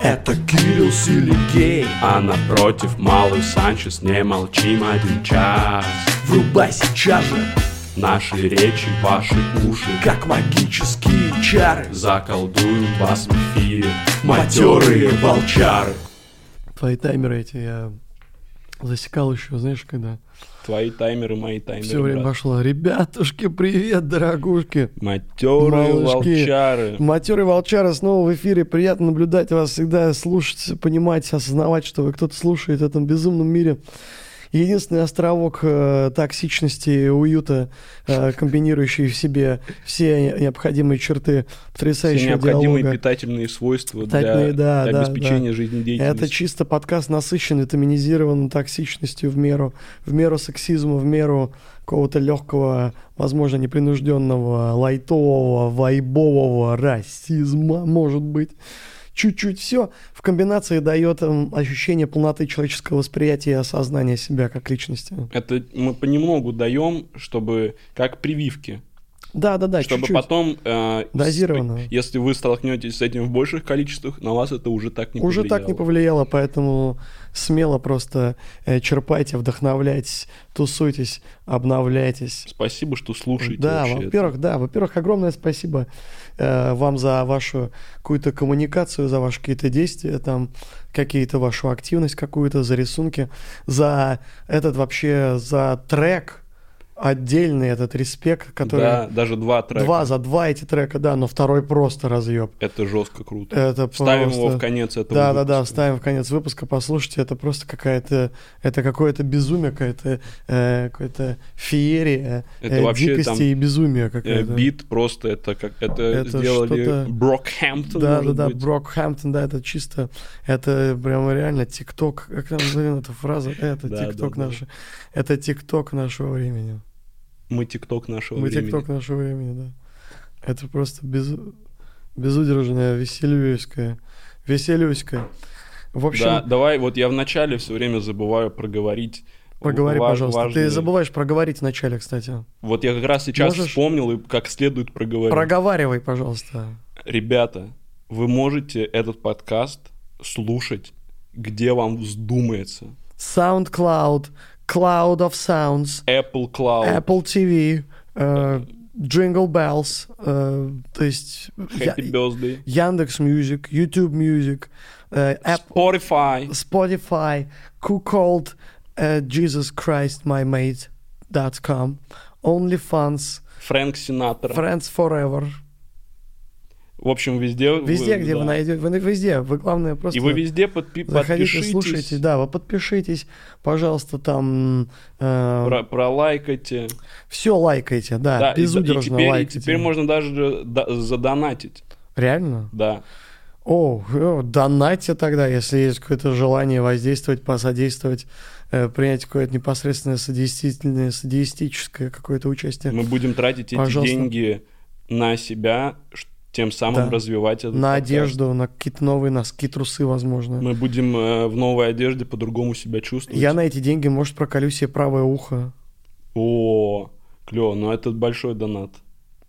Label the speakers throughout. Speaker 1: Это Кирилл Силигей А напротив Малый Санчес Не молчим один час
Speaker 2: Врубай сейчас же,
Speaker 1: Наши речи, ваши уши Как
Speaker 2: как магические чары
Speaker 1: заколдуют вас в эфире
Speaker 2: Матерые
Speaker 1: Матерые волчары
Speaker 3: Твои таймеры эти я засекал еще, знаешь, когда
Speaker 1: Твои таймеры, мои
Speaker 3: все время
Speaker 1: таймеры, брат.
Speaker 3: пошло. Ребятушки, привет, дорогушки!
Speaker 1: Матерые
Speaker 3: Малышки.
Speaker 1: волчары
Speaker 3: Матерый Волчара снова в эфире. Приятно наблюдать вас всегда, слушать, понимать, осознавать, что вы кто-то слушает в этом безумном мире. Единственный островок э, токсичности и уюта, э, комбинирующий в себе все необходимые черты
Speaker 1: Все
Speaker 3: потрясающего
Speaker 1: необходимые
Speaker 3: диалога.
Speaker 1: питательные свойства
Speaker 3: Питательные,
Speaker 1: для,
Speaker 3: да,
Speaker 1: для
Speaker 3: да,
Speaker 1: обеспечения
Speaker 3: Это
Speaker 1: жизнедеятельности.
Speaker 3: чисто подкаст, насыщен витаминизированным токсичностью в меру, в меру сексизма, в меру какого-то легкого, возможно, непринужденного, лайтового, вайбового расизма, может быть. Чуть-чуть все в комбинации дает м, ощущение полноты человеческого восприятия и осознания себя как личности.
Speaker 1: Это, мы понемногу даем, чтобы как прививки,
Speaker 3: Да, да, да,
Speaker 1: чтобы
Speaker 3: чуть-чуть.
Speaker 1: потом, э,
Speaker 3: Дозированно.
Speaker 1: с- если вы столкнетесь с этим в больших количествах, на вас это уже так не
Speaker 3: Уже так не повлияло,
Speaker 1: повлияло.
Speaker 3: поэтому смело просто э, черпайте, вдохновляйтесь, тусуйтесь, обновляйтесь.
Speaker 1: Спасибо, что слушаете.
Speaker 3: Да,
Speaker 1: вообще это.
Speaker 3: во-первых, да, во-первых, огромное спасибо э, вам за вашу какую-то коммуникацию, за ваши какие-то действия, там, какие-то вашу активность какую-то, за рисунки, за этот вообще, за трек отдельный, этот респект, который...
Speaker 1: Да, даже два трека.
Speaker 3: Два за два эти трека, да, но второй просто разъеб.
Speaker 1: Это жестко круто.
Speaker 3: Это
Speaker 1: Вставим его
Speaker 3: просто-
Speaker 1: в конец этого.
Speaker 3: Да, да, да,
Speaker 1: выпуска.
Speaker 3: вставим в конец выпуска, послушайте, это просто какая-то, это какое-то безумие, какая-то, э, какая-то феерия,
Speaker 1: Это
Speaker 3: э,
Speaker 1: вообще
Speaker 3: дикости
Speaker 1: там,
Speaker 3: и безумия
Speaker 1: Э,
Speaker 3: какая-то.
Speaker 1: Бит просто это как это,
Speaker 3: Это
Speaker 1: сделали
Speaker 3: что-то-
Speaker 1: Брокхэмптон.
Speaker 3: да, да,
Speaker 1: может
Speaker 3: да,
Speaker 1: быть.
Speaker 3: Брокхэмптон, да, это чисто, это прямо реально ТикТок, как там, блин, эта фраза, это
Speaker 1: Да, да,
Speaker 3: ТикТок
Speaker 1: да.
Speaker 3: наше, это ТикТок нашего времени.
Speaker 1: Мы ТикТок нашего
Speaker 3: Мы
Speaker 1: времени.
Speaker 3: ТикТок нашего времени, да. Это просто без, безудержное весельюськое, веселюськое. В общем,
Speaker 1: Да, давай, вот я вначале все время забываю проговорить.
Speaker 3: проговори,
Speaker 1: ва-
Speaker 3: пожалуйста.
Speaker 1: важные-
Speaker 3: Ты забываешь проговорить вначале, кстати.
Speaker 1: Вот я как раз сейчас
Speaker 3: Можешь?
Speaker 1: вспомнил и как следует проговорить.
Speaker 3: Проговаривай, пожалуйста.
Speaker 1: Ребята, вы можете этот подкаст слушать, где вам вздумается.
Speaker 3: SoundCloud, Cloud of Sounds,
Speaker 1: Apple Cloud,
Speaker 3: Apple TV, э, Jingle Bells, э, то есть я-
Speaker 1: Happy Birthday,
Speaker 3: Яндекс Music, YouTube Music, э, App-
Speaker 1: Spotify.
Speaker 3: Spotify, Who Called э, Jesus Christ My Mate .com, OnlyFans,
Speaker 1: Фрэнк Синатра.
Speaker 3: Friends Forever.
Speaker 1: В общем, везде.
Speaker 3: Везде, где
Speaker 1: да.
Speaker 3: вы найдете, вы на- везде. Вы главное просто.
Speaker 1: И вы везде подпи-
Speaker 3: Заходите,
Speaker 1: подпишитесь,
Speaker 3: слушайте, да, вы подпишитесь, пожалуйста, там э,
Speaker 1: про- пролайкайте.
Speaker 3: все лайкайте, да,
Speaker 1: Да, и за-
Speaker 3: безудержно
Speaker 1: и, теперь, и
Speaker 3: лайкайте.
Speaker 1: теперь можно даже да- задонатить.
Speaker 3: Реально?
Speaker 1: Да.
Speaker 3: О, э, донатьте тогда, если есть какое-то желание воздействовать, посодействовать, э, принять какое-то непосредственное содействительное, содеистическое какое-то участие.
Speaker 1: Мы будем тратить эти
Speaker 3: Пожалуйста.
Speaker 1: деньги на себя, ш- тем самым
Speaker 3: Да.
Speaker 1: развивать этот
Speaker 3: на
Speaker 1: подкаст.
Speaker 3: одежду, на какие-то новые носки, трусы, возможно.
Speaker 1: Мы будем э, в новой одежде по-другому себя чувствовать.
Speaker 3: Я на эти деньги, может, проколю себе правое ухо,
Speaker 1: О, клево, но это большой донат.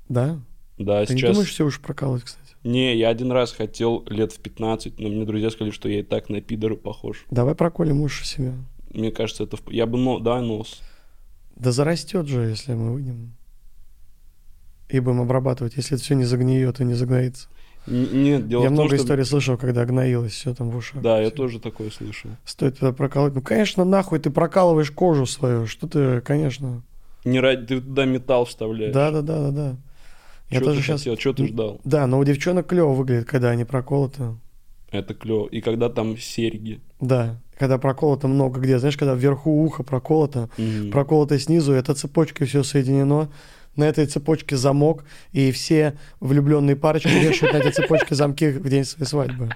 Speaker 3: да?
Speaker 1: Да,
Speaker 3: Ты
Speaker 1: сейчас...
Speaker 3: не думаешь себе уж прокалывать, кстати?
Speaker 1: Не, я один раз хотел лет в 15, но мне друзья сказали, что я и так на пидора похож.
Speaker 3: Давай проколем уши себе.
Speaker 1: Мне кажется, это... в- Я бы... но- Да, нос.
Speaker 3: Да зарастет же, если мы выйдем. И будем обрабатывать, если это все не загниет и не загноится.
Speaker 1: Н- Нет, дело
Speaker 3: я
Speaker 1: в том,
Speaker 3: много
Speaker 1: что...
Speaker 3: историй слышал, когда гноилось все там в ушах.
Speaker 1: Да, я
Speaker 3: Всё.
Speaker 1: тоже такое слышал.
Speaker 3: Стоит туда проколоть. Ну, конечно, нахуй ты прокалываешь кожу свою. Что ты, конечно.
Speaker 1: Не ради... Ты туда металл вставляешь.
Speaker 3: Да, да, да, да, да. Я
Speaker 1: Э, Чё
Speaker 3: тоже
Speaker 1: ты
Speaker 3: сейчас.
Speaker 1: хотел? Чё ты ждал?
Speaker 3: Да, но у девчонок клево выглядит, когда они проколоты.
Speaker 1: Это клево. И когда там серьги.
Speaker 3: Да. Когда проколото много где. Знаешь, когда вверху ухо проколото,
Speaker 1: Мгм.
Speaker 3: проколото снизу, это цепочкой все соединено. На этой цепочке замок, и все влюбленные парочки вешают на этой цепочке замки в день своей свадьбы.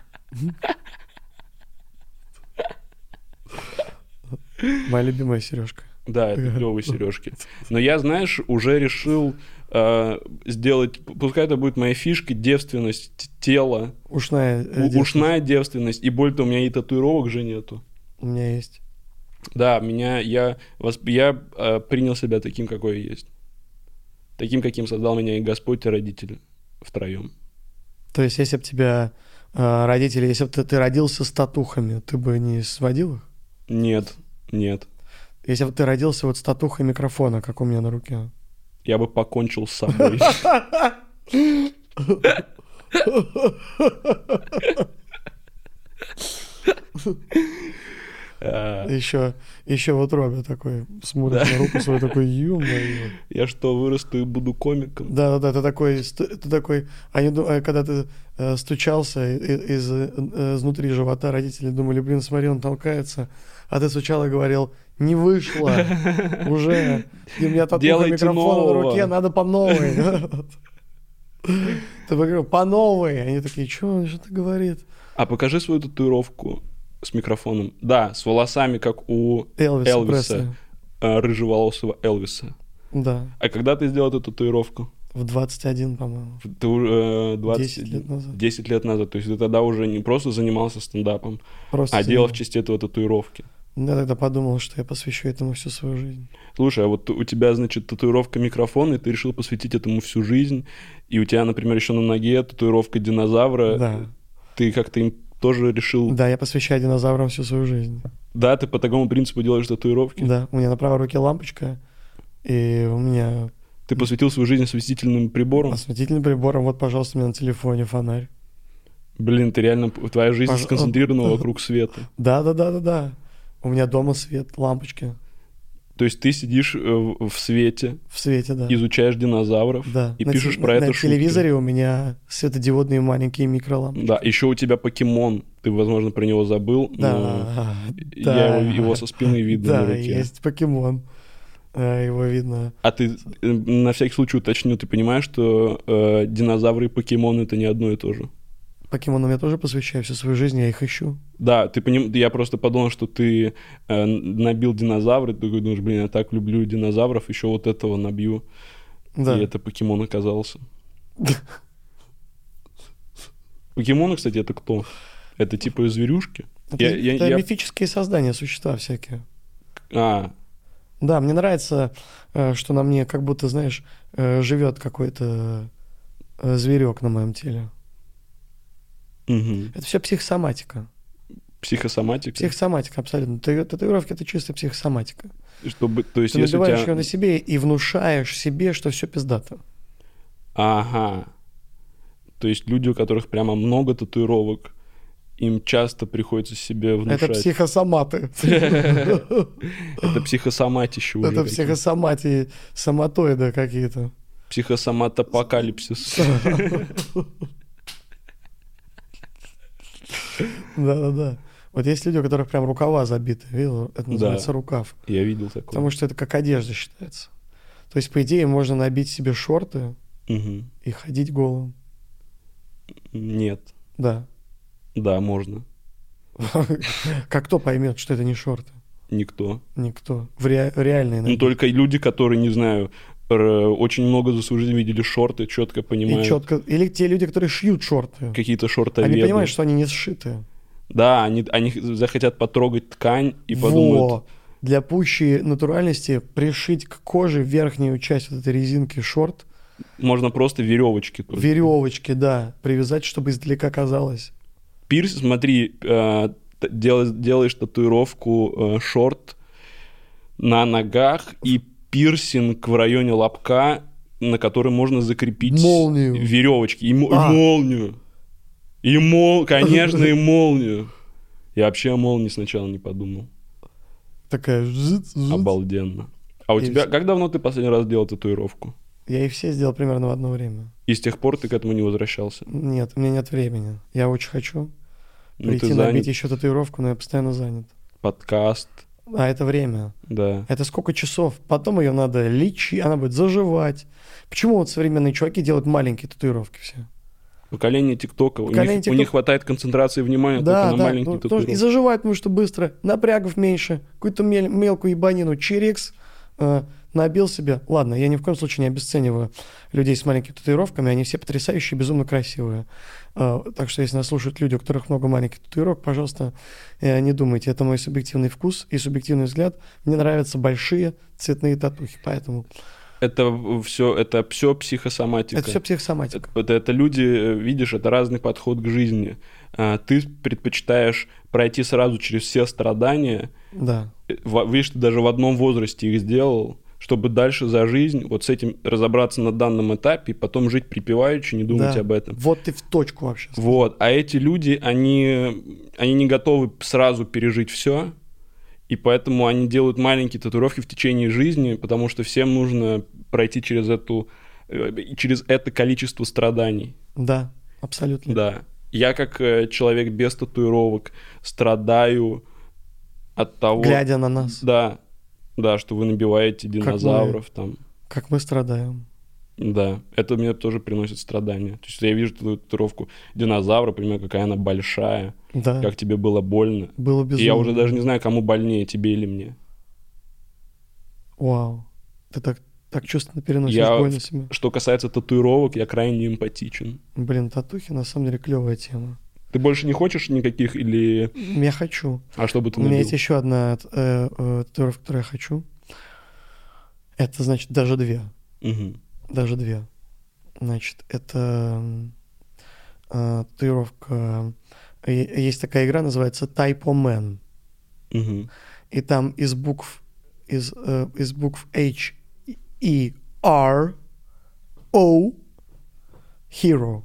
Speaker 3: Моя любимая сережка.
Speaker 1: Да, это клевые сережки. Но я, знаешь, уже решил э, сделать, пускай это будет моей фишкой, девственность т- тела,
Speaker 3: Ушная. э,
Speaker 1: у-
Speaker 3: девушка.
Speaker 1: ушная девственность. И более того, у меня и татуировок же нету.
Speaker 3: У меня есть.
Speaker 1: Да, меня я, восп- я э, принял себя таким, какой я есть. Таким, каким создал меня и Господь, и родители втроем.
Speaker 3: То есть, если бы тебя э, родители, если бы ты, ты родился с татухами, ты бы не сводил их?
Speaker 1: Нет, нет.
Speaker 3: Если бы ты родился вот с татухой микрофона, как у меня на руке.
Speaker 1: Я бы покончил с собой. А,
Speaker 3: Еще, еще в утробе такой смотрит на руку свою, такой, ё
Speaker 1: Я что, вырасту и буду комиком?
Speaker 3: Да, да, да, ты такой, ст- ты такой, они, ду- э, когда ты э, стучался и- и- из, э, э, изнутри живота, родители думали, блин, смотри, он толкается, а ты стучал и говорил, не вышло, уже, и у меня татуха
Speaker 1: Делайте
Speaker 3: микрофон на
Speaker 1: нового».
Speaker 3: руке, надо по новой. Ты бы говорил, по новой, они такие, что он что-то говорит.
Speaker 1: А покажи свою татуировку с микрофоном. Да, с волосами, как у
Speaker 3: Элвис
Speaker 1: Элвиса,
Speaker 3: Пресли.
Speaker 1: э, рыжеволосого Элвиса.
Speaker 3: Да,
Speaker 1: А когда ты сделал эту татуировку?
Speaker 3: в 21, по-моему.
Speaker 1: Ты уже, э, 20...
Speaker 3: 10 лет назад.
Speaker 1: 10 лет назад. То есть ты тогда уже не просто занимался стендапом,
Speaker 3: Просто
Speaker 1: а делал в
Speaker 3: занимаюсь.
Speaker 1: честь этого татуировки.
Speaker 3: Я тогда подумал, что я посвящу этому всю свою жизнь.
Speaker 1: Слушай, а вот у тебя, значит, татуировка микрофона, и ты решил посвятить этому всю жизнь. И у тебя, например, еще на ноге татуировка динозавра.
Speaker 3: Да.
Speaker 1: Ты как-то им тоже решил... Да,
Speaker 3: Да, я посвящаю динозаврам всю свою жизнь.
Speaker 1: ты по такому принципу делаешь татуировки.
Speaker 3: Да, у меня на правой руке лампочка, и у меня
Speaker 1: Ты посвятил свою жизнь осветительным приборам.
Speaker 3: осветительный прибор. Вот, пожалуйста, у меня на телефоне фонарь.
Speaker 1: Блин, ты реально... Твоя жизнь
Speaker 3: Пож-
Speaker 1: сконцентрирована вокруг света.
Speaker 3: Да-да-да-да-да. У меня дома свет, лампочки.
Speaker 1: То есть ты сидишь э, в в свете,
Speaker 3: В свете, да.
Speaker 1: изучаешь динозавров
Speaker 3: Да.
Speaker 1: и
Speaker 3: На
Speaker 1: пишешь
Speaker 3: те-
Speaker 1: про
Speaker 3: на-
Speaker 1: это
Speaker 3: На
Speaker 1: шутки.
Speaker 3: телевизоре у меня светодиодные маленькие микролампы.
Speaker 1: Да, еще у тебя покемон. Ты, возможно, про него забыл, но
Speaker 3: Да,
Speaker 1: Ну, я его, его со спины видно
Speaker 3: Да,
Speaker 1: на руке.
Speaker 3: есть покемон. Э, Его видно.
Speaker 1: А ты э, на всякий случай уточню, ты понимаешь, что э, динозавры и покемоны это не одно и то же.
Speaker 3: Покемонам я тоже посвящаю всю свою жизнь, я их ищу.
Speaker 1: Да, ты поним... я просто подумал, что ты э, набил динозавры, ты такой думаешь, блин, я так люблю динозавров, еще вот этого набью.
Speaker 3: Да.
Speaker 1: И это покемон оказался. Покемоны, кстати, это кто? Это типа зверюшки?
Speaker 3: Это,
Speaker 1: Я- я-
Speaker 3: это
Speaker 1: я-
Speaker 3: мифические создания, существа всякие.
Speaker 1: А,
Speaker 3: Да, мне нравится, э, что на мне как будто, знаешь, э, живет какой-то э, зверек на моем теле.
Speaker 1: мгм.
Speaker 3: Это все психосоматика.
Speaker 1: психосоматика.
Speaker 3: Психосоматика, абсолютно. Тату- Татуировки это чисто психосоматика.
Speaker 1: Чтобы, то есть,
Speaker 3: Ты
Speaker 1: если у
Speaker 3: надеваешь ее
Speaker 1: тебя...
Speaker 3: на себе и внушаешь себе, что все пиздато.
Speaker 1: Ага. То есть люди, у которых прямо много татуировок, им часто приходится себе внушать.
Speaker 3: Это психосоматы.
Speaker 1: Это психосоматище уже.
Speaker 3: Это
Speaker 1: какие-то.
Speaker 3: психосоматии, соматоиды какие-то.
Speaker 1: Психосоматопокалипсис.
Speaker 3: Да-да-да. Вот есть люди, у которых прям рукава забиты, видел? Это называется рукав.
Speaker 1: Я видел такое.
Speaker 3: Потому что это как одежда считается. То есть, по идее, можно набить себе шорты
Speaker 1: Мгм.
Speaker 3: и ходить голым.
Speaker 1: Нет.
Speaker 3: Да.
Speaker 1: Да, можно.
Speaker 3: Как кто поймет, что это не шорты?
Speaker 1: Никто.
Speaker 3: Никто. В ре- реальной
Speaker 1: Ну,
Speaker 3: ноге.
Speaker 1: только люди, которые, не знаю, р- очень много за свою жизнь видели шорты, четко
Speaker 3: И
Speaker 1: понимают.
Speaker 3: четко. Или те люди, которые шьют шорты.
Speaker 1: Какие-то шорты
Speaker 3: Они понимают, что они не сшиты.
Speaker 1: Да, они, они захотят потрогать ткань и
Speaker 3: Во!
Speaker 1: подумают,
Speaker 3: Для пущей натуральности пришить к коже верхнюю часть вот этой резинки шорт,
Speaker 1: можно просто веревочки только.
Speaker 3: веревочки, да, привязать, чтобы издалека казалось.
Speaker 1: Пирс, смотри, э, т- дел- делаешь татуировку э, шорт на ногах и пирсинг в районе лобка, на который можно закрепить
Speaker 3: Молнию.
Speaker 1: веревочки и, мо- и
Speaker 3: А.
Speaker 1: молнию. И мол, конечно, и молнию. Я вообще о молнии сначала не подумал.
Speaker 3: Такая жзыц, жзыц.
Speaker 1: Обалденно. А у
Speaker 3: И
Speaker 1: тебя,
Speaker 3: всё.
Speaker 1: как давно ты последний раз делал татуировку?
Speaker 3: Я их все сделал примерно в одно время.
Speaker 1: И с тех пор ты к этому не возвращался?
Speaker 3: Нет, у меня нет времени. Я очень хочу
Speaker 1: Ну,
Speaker 3: прийти
Speaker 1: ты занят,
Speaker 3: набить еще татуировку, но я постоянно занят.
Speaker 1: подкаст,
Speaker 3: А это время.
Speaker 1: да.
Speaker 3: Это сколько часов? Потом ее надо лечить, она будет заживать. Почему вот современные чуваки делают маленькие татуировки все?
Speaker 1: Поколение ТикТока. У,
Speaker 3: Поколение
Speaker 1: них- у
Speaker 3: ТикТок-
Speaker 1: них хватает концентрации внимания только на маленькие
Speaker 3: ну, потому что
Speaker 1: татуировки.
Speaker 3: и заживает, потому что быстро, напрягов меньше, какую-то мель- мелкую ебанину, черекс э, набил себе. Ладно, я ни в коем случае не обесцениваю людей с маленькими татуировками, они все потрясающие, безумно красивые. Э, так что если нас слушают люди, у которых много маленьких татуировок, пожалуйста, э, не думайте, это мой субъективный вкус и субъективный взгляд. Мне нравятся большие цветные татухи, поэтому
Speaker 1: Это все, это все психосоматика.
Speaker 3: Это все психосоматика.
Speaker 1: Это, это люди, э, видишь, это разный подход к жизни. А, Ты предпочитаешь пройти сразу через все страдания,
Speaker 3: Да.
Speaker 1: э, во- видишь, ты даже в одном возрасте их сделал, чтобы дальше за жизнь вот с этим разобраться на данном этапе и потом жить припеваючи, не думать
Speaker 3: да.
Speaker 1: об этом.
Speaker 3: Вот ты в точку вообще.
Speaker 1: Вот, а эти люди, они, они не готовы сразу пережить все, и поэтому они делают маленькие татуировки в течение жизни, потому что всем нужно пройти через эту э, и через это количество страданий.
Speaker 3: Да, абсолютно.
Speaker 1: Да. Я как э, человек без татуировок страдаю от того,
Speaker 3: Глядя на нас,
Speaker 1: да, да, что вы набиваете
Speaker 3: мы.
Speaker 1: динозавров там.
Speaker 3: как мы страдаем.
Speaker 1: Да, это мне тоже приносит страдания. То есть я вижу эту татуировку динозавра, понимаю, какая она большая,
Speaker 3: Да.
Speaker 1: как тебе было больно.
Speaker 3: Было
Speaker 1: И
Speaker 3: безумно.
Speaker 1: я уже даже не знаю, кому больнее, тебе или мне.
Speaker 3: Вау. Ты так, так чувственно переносишь
Speaker 1: Я-
Speaker 3: боль на себя.
Speaker 1: Что касается татуировок, я крайне эмпатичен.
Speaker 3: Блин, татухи на самом деле клевая тема.
Speaker 1: Ты больше не хочешь никаких или...
Speaker 3: Я хочу.
Speaker 1: А что бы ты
Speaker 3: У меня
Speaker 1: набил?
Speaker 3: есть еще одна э, э, татуировка, которую я хочу. Это значит даже две.
Speaker 1: Мгм.
Speaker 3: Даже две. Значит, это м, э, татуировка. э, е- Есть такая игра, называется Type O Man.
Speaker 1: Мгм.
Speaker 3: И там из букв из, э, из букв H E R O Hero.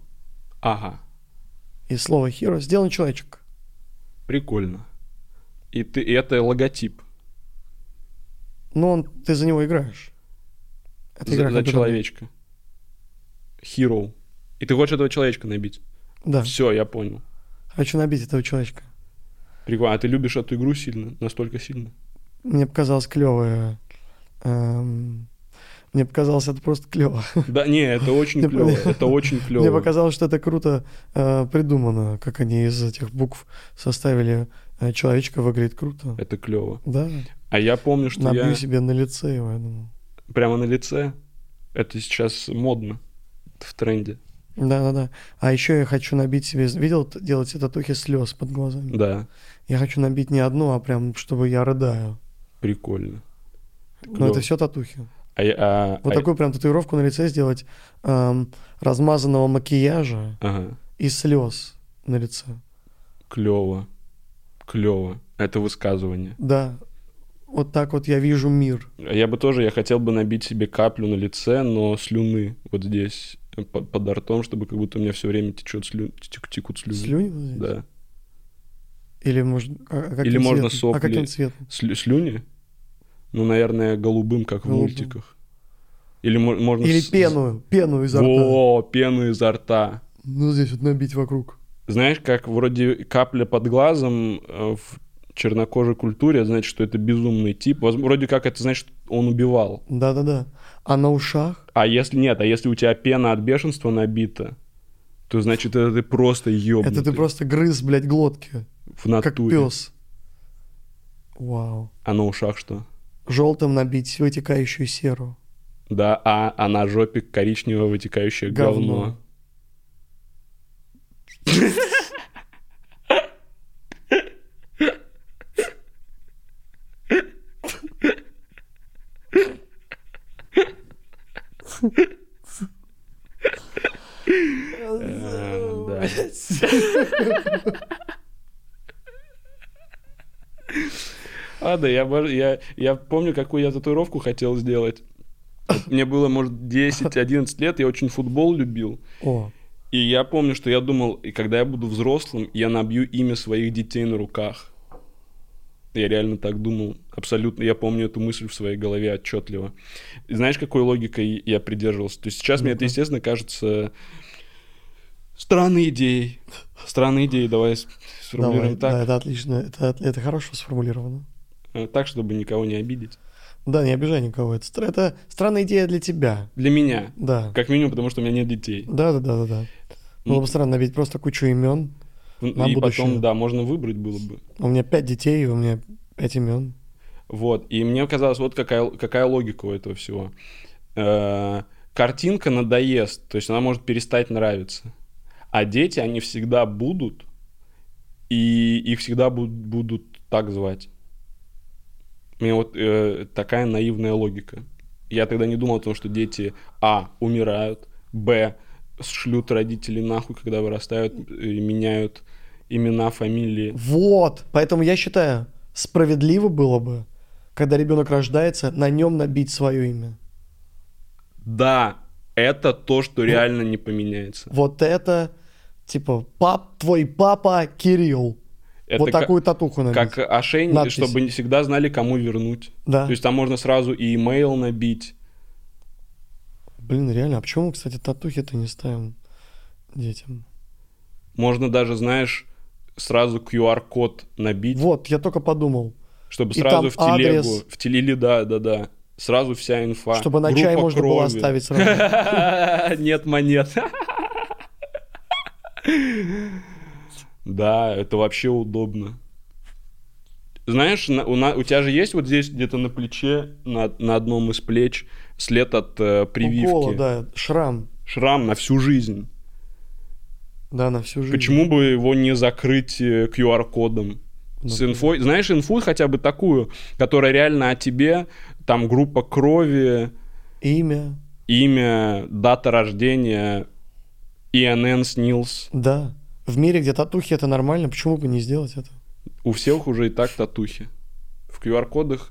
Speaker 1: Ага,
Speaker 3: И слово hero сделан человечек.
Speaker 1: прикольно. И, ты... и это логотип
Speaker 3: Но он, ты за него играешь. Это
Speaker 1: за,
Speaker 3: игра
Speaker 1: за
Speaker 3: компьютерная.
Speaker 1: человечка. Hero. И ты хочешь этого человечка набить?
Speaker 3: Да.
Speaker 1: Все, я понял.
Speaker 3: Хочу набить этого человечка.
Speaker 1: Прикольно. А ты любишь эту игру сильно? Настолько сильно?
Speaker 3: Мне показалось клевое. эм, мне показалось это просто клево.
Speaker 1: Да, не, это очень
Speaker 3: Мне
Speaker 1: клево.
Speaker 3: по-
Speaker 1: Это очень
Speaker 3: Мне
Speaker 1: клево.
Speaker 3: показалось, что это круто э, придумано, как они из этих букв составили э, человечка, выглядит круто.
Speaker 1: Это клево.
Speaker 3: Да.
Speaker 1: А я помню, что
Speaker 3: Набью
Speaker 1: я
Speaker 3: себе на лице его, я думаю.
Speaker 1: прямо на лице. Это сейчас модно. Это в тренде.
Speaker 3: Да-да-да. А еще я хочу набить себе... Видел, т- делать эти татухи слез под глазами?
Speaker 1: Да,
Speaker 3: Я хочу набить не одну, а прям, чтобы я рыдаю.
Speaker 1: прикольно.
Speaker 3: Но
Speaker 1: Клёво.
Speaker 3: Ну, это все татухи.
Speaker 1: А, я- а-
Speaker 3: Вот
Speaker 1: а-
Speaker 3: такую прям татуировку на лице сделать эм, размазанного макияжа
Speaker 1: Ага,
Speaker 3: и слез на лице.
Speaker 1: клево. Клево. Это высказывание.
Speaker 3: Да. Вот так вот я вижу мир.
Speaker 1: Я бы тоже, я хотел бы набить себе каплю на лице, но слюны вот здесь э, по- под ртом, чтобы как будто у меня все время течет слю... тек- текут слюны.
Speaker 3: Слюни вот здесь?
Speaker 1: Да.
Speaker 3: Или, можно а каким
Speaker 1: Или можно
Speaker 3: цветом? А
Speaker 1: сопли.
Speaker 3: каким цветом?
Speaker 1: Слю- Слюни? Ну, наверное, голубым, как
Speaker 3: Голубым.
Speaker 1: в мультиках. Или мо- можно...
Speaker 3: Или
Speaker 1: Ну, с-
Speaker 3: пену, пену изо рта.
Speaker 1: Во, пену изо рта.
Speaker 3: Ну, здесь вот набить вокруг.
Speaker 1: Знаешь, как вроде капля под глазом э, в чернокожей культуре, а значит, что это безумный тип. Воз- Вроде как это значит, что он убивал.
Speaker 3: Да-да-да. А на ушах?
Speaker 1: А если нет, а если у тебя пена от бешенства набита, то значит, это ты просто ёбнутый.
Speaker 3: Это ты просто грыз, блядь, глотки.
Speaker 1: в
Speaker 3: Как
Speaker 1: натуре.
Speaker 3: пес. Вау.
Speaker 1: А на ушах что?
Speaker 3: Желтым набить вытекающую серу.
Speaker 1: Да, а, а на жопе коричневое вытекающее говно.
Speaker 3: Говно.
Speaker 1: Э, да. А, да, я, обож- я, я помню, какую я татуировку хотел сделать. Мне было, может, 10-11 лет, я очень футбол любил.
Speaker 3: О,
Speaker 1: И я помню, что я думал, и когда я буду взрослым, я набью имя своих детей на руках. Я реально так думал, абсолютно. Я помню эту мысль в своей голове отчетливо. И знаешь, какой логикой я придерживался? То есть сейчас мне это, естественно, кажется странной идеей. Странной идеей, давай с-
Speaker 3: давай,
Speaker 1: сформулируем
Speaker 3: да,
Speaker 1: так,
Speaker 3: это отлично, это, от- это хорошо сформулировано.
Speaker 1: э, так, чтобы никого не обидеть.
Speaker 3: Да, не обижай никого, это, стра- это странная идея для тебя,
Speaker 1: Для меня,
Speaker 3: да.
Speaker 1: как минимум, потому что у меня нет детей.
Speaker 3: Да-да-да-да. Было бы странно набить просто кучу имен. На
Speaker 1: и
Speaker 3: будущее.
Speaker 1: потом, да, можно выбрать было бы.
Speaker 3: У меня пять детей, и у меня пять имен.
Speaker 1: Вот. И мне казалось, вот какая, какая логика у этого всего. Э, картинка надоест, то есть она может перестать нравиться. А дети, они всегда будут, и их всегда буд- будут так звать. У меня вот э, такая наивная логика. Я тогда не думал о том, что дети, а, умирают, б, шлют родителей нахуй, когда вырастают, э, и меняют имена, фамилии.
Speaker 3: Вот, поэтому я считаю, справедливо было бы, когда ребенок рождается, на нем набить свое имя.
Speaker 1: Да, это то, что реально не поменяется.
Speaker 3: Вот это, типа, пап, твой папа Кирилл.
Speaker 1: Это
Speaker 3: вот
Speaker 1: ка-
Speaker 3: такую татуху набить.
Speaker 1: Как ошейник,
Speaker 3: Надпись.
Speaker 1: чтобы не всегда знали, кому вернуть.
Speaker 3: Да.
Speaker 1: То есть там можно сразу и имейл набить.
Speaker 3: Блин, реально, а почему, кстати, татухи-то не ставим детям?
Speaker 1: Можно даже, знаешь, сразу QR-код набить,
Speaker 3: Вот, я только подумал.
Speaker 1: чтобы
Speaker 3: И там
Speaker 1: сразу в телегу,
Speaker 3: адрес.
Speaker 1: в теле, да, да, да. Сразу вся инфа.
Speaker 3: Чтобы на
Speaker 1: А, Группа
Speaker 3: чай можно было
Speaker 1: крови.
Speaker 3: оставить сразу.
Speaker 1: Нет монет. Да, это вообще удобно. Знаешь, на- у, на- у тебя же есть вот здесь где-то на плече, на, на одном из плеч, след от э, прививки.
Speaker 3: Укола, да, шрам.
Speaker 1: Шрам на всю жизнь.
Speaker 3: Да, на всю жизнь.
Speaker 1: Почему бы его не закрыть э, QR-кодом?
Speaker 3: Ну,
Speaker 1: С инфой, знаешь, инфу хотя бы такую, которая реально о тебе, там группа крови,
Speaker 3: Имя,
Speaker 1: имя, дата рождения, ИНН, СНИЛС.
Speaker 3: да. В мире, где татухи, это нормально, почему бы не сделать это?
Speaker 1: У всех уже и так татухи. В QR-кодах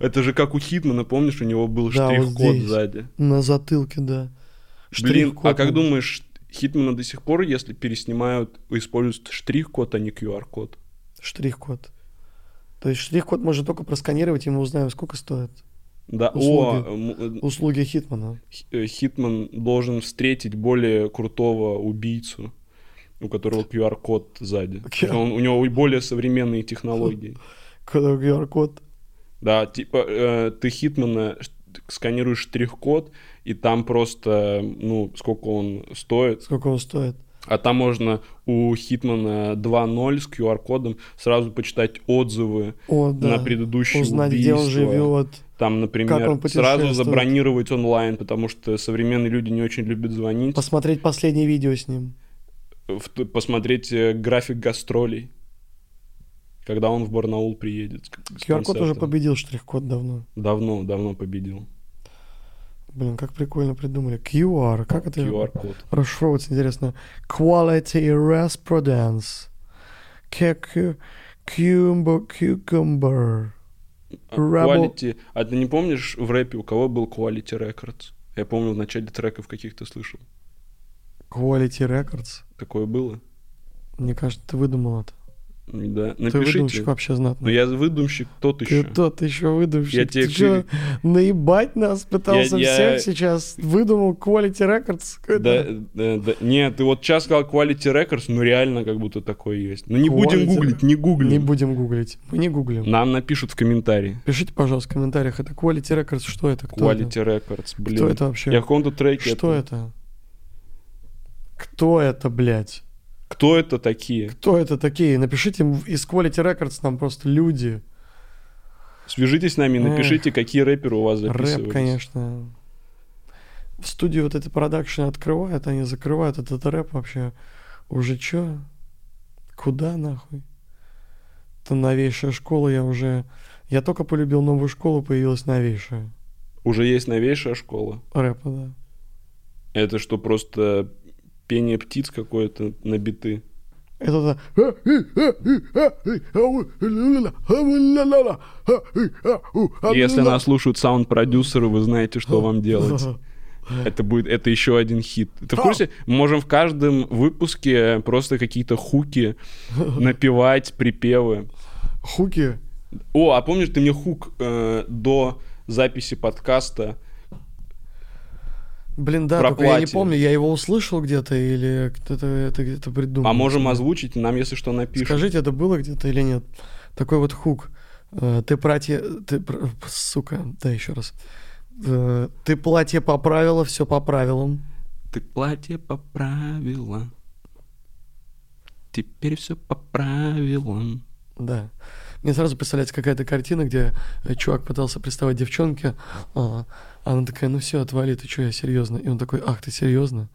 Speaker 1: это же как у Хитмана, помнишь, у него был
Speaker 3: Да, вот
Speaker 1: штрих-код
Speaker 3: здесь.
Speaker 1: сзади.
Speaker 3: На затылке, да.
Speaker 1: Блин, а
Speaker 3: Штрих-код
Speaker 1: как
Speaker 3: надо.
Speaker 1: думаешь, Хитмана до сих пор, если переснимают, используют штрих-код, а не QR-код?
Speaker 3: Штрих-код. То есть штрих-код можно только просканировать, и мы узнаем, сколько стоит
Speaker 1: Да,
Speaker 3: Услуги.
Speaker 1: о, м, э,
Speaker 3: услуги Хитмана.
Speaker 1: Х- э, Хитман должен встретить более крутого убийцу, у которого QR-код сзади. Потому что он- у него и более современные технологии.
Speaker 3: Когда QR-код.
Speaker 1: Да, типа э, ты Хитмана ш- сканируешь штрих-код, и там просто, ну, сколько он стоит.
Speaker 3: Сколько он стоит?
Speaker 1: А там можно у Хитмана 2.0 с QR-кодом сразу почитать отзывы
Speaker 3: О, да.
Speaker 1: на предыдущие
Speaker 3: Узнать, где
Speaker 1: убийства.
Speaker 3: он живет.
Speaker 1: Там, например,
Speaker 3: он
Speaker 1: сразу
Speaker 3: путешествует.
Speaker 1: забронировать онлайн, потому что современные люди не очень любят звонить.
Speaker 3: Посмотреть последнее видео с ним.
Speaker 1: в т- посмотреть э, график гастролей, когда он в Барнаул приедет. с к- с
Speaker 3: QR-код уже
Speaker 1: концертом.
Speaker 3: победил штрих-код давно.
Speaker 1: Давно, давно победил.
Speaker 3: Блин, как прикольно придумали. QR, как это?
Speaker 1: QR-код.
Speaker 3: Расшифровывается, интересно. Quality Respondence. Cucumber. Cucumber.
Speaker 1: А
Speaker 3: Rebel-
Speaker 1: Quality. А ты не помнишь в рэпе, у кого был Quality Records? Я помню, в начале треков каких-то слышал.
Speaker 3: Quality Records.
Speaker 1: Такое было?
Speaker 3: Мне кажется, ты выдумал это.
Speaker 1: М, Да.
Speaker 3: Ты
Speaker 1: Напишите.
Speaker 3: выдумщик вообще знатный.
Speaker 1: Но я выдумщик, тот
Speaker 3: Ты
Speaker 1: еще.
Speaker 3: тот еще выдумщик.
Speaker 1: Я тебе
Speaker 3: Ты чё, наебать нас пытался
Speaker 1: Я- я-
Speaker 3: всех сейчас? Выдумал Quality Records?
Speaker 1: Да,
Speaker 3: какой-то?
Speaker 1: да, да. Нет, ты вот сейчас сказал Quality Records, ну реально как будто такое есть. Ну не
Speaker 3: Quality-
Speaker 1: будем гуглить, не гуглим.
Speaker 3: Не будем гуглить. Мы не гуглим.
Speaker 1: Нам напишут в комментарии.
Speaker 3: Пишите, пожалуйста, в комментариях, это Quality Records, что это? Кто это?
Speaker 1: Quality Records, блин.
Speaker 3: Кто это вообще?
Speaker 1: Я в каком-то треке.
Speaker 3: Что это? Кто это, блядь?
Speaker 1: Кто это такие?
Speaker 3: Кто это такие? Напишите им из Quality Records нам просто люди.
Speaker 1: Свяжитесь с нами, и
Speaker 3: Эх,
Speaker 1: напишите, какие рэперы у вас записывались.
Speaker 3: Рэп, конечно. В студии вот эти продакшены открывают, они закрывают этот рэп вообще. Уже чё? Куда нахуй? Это новейшая школа, я уже... Я только полюбил новую школу, появилась новейшая
Speaker 1: Уже есть новейшая школа.
Speaker 3: рэпа, да.
Speaker 1: Это что, просто пение птиц какое-то на биты?
Speaker 3: Это
Speaker 1: Если нас слушают саунд-продюсеры, вы знаете, что вам делать. Это будет, это еще один хит. Ты в курсе? Мы можем в каждом выпуске просто какие-то хуки напевать, припевы.
Speaker 3: хуки.
Speaker 1: О, а помнишь, ты мне хук э, до записи подкаста
Speaker 3: Блин, да,
Speaker 1: Про
Speaker 3: только я не
Speaker 1: платье.
Speaker 3: помню, я его услышал где-то или кто-то это где-то придумал.
Speaker 1: А можем озвучить, нам если что напишут.
Speaker 3: Скажите, это было где-то или нет? Такой вот хук. Э, Ты братья... Ты... пр- Сука, да, еще раз. Э, Ты платье поправила, все по правилам.
Speaker 1: Ты платье поправила. Теперь все по правилам.
Speaker 3: Да. Мне сразу представляется какая-то картина, где э, чувак пытался приставать девчонке, а она такая, ну все, отвали, ты что, я серьезно. И он такой, ах, ты серьезно?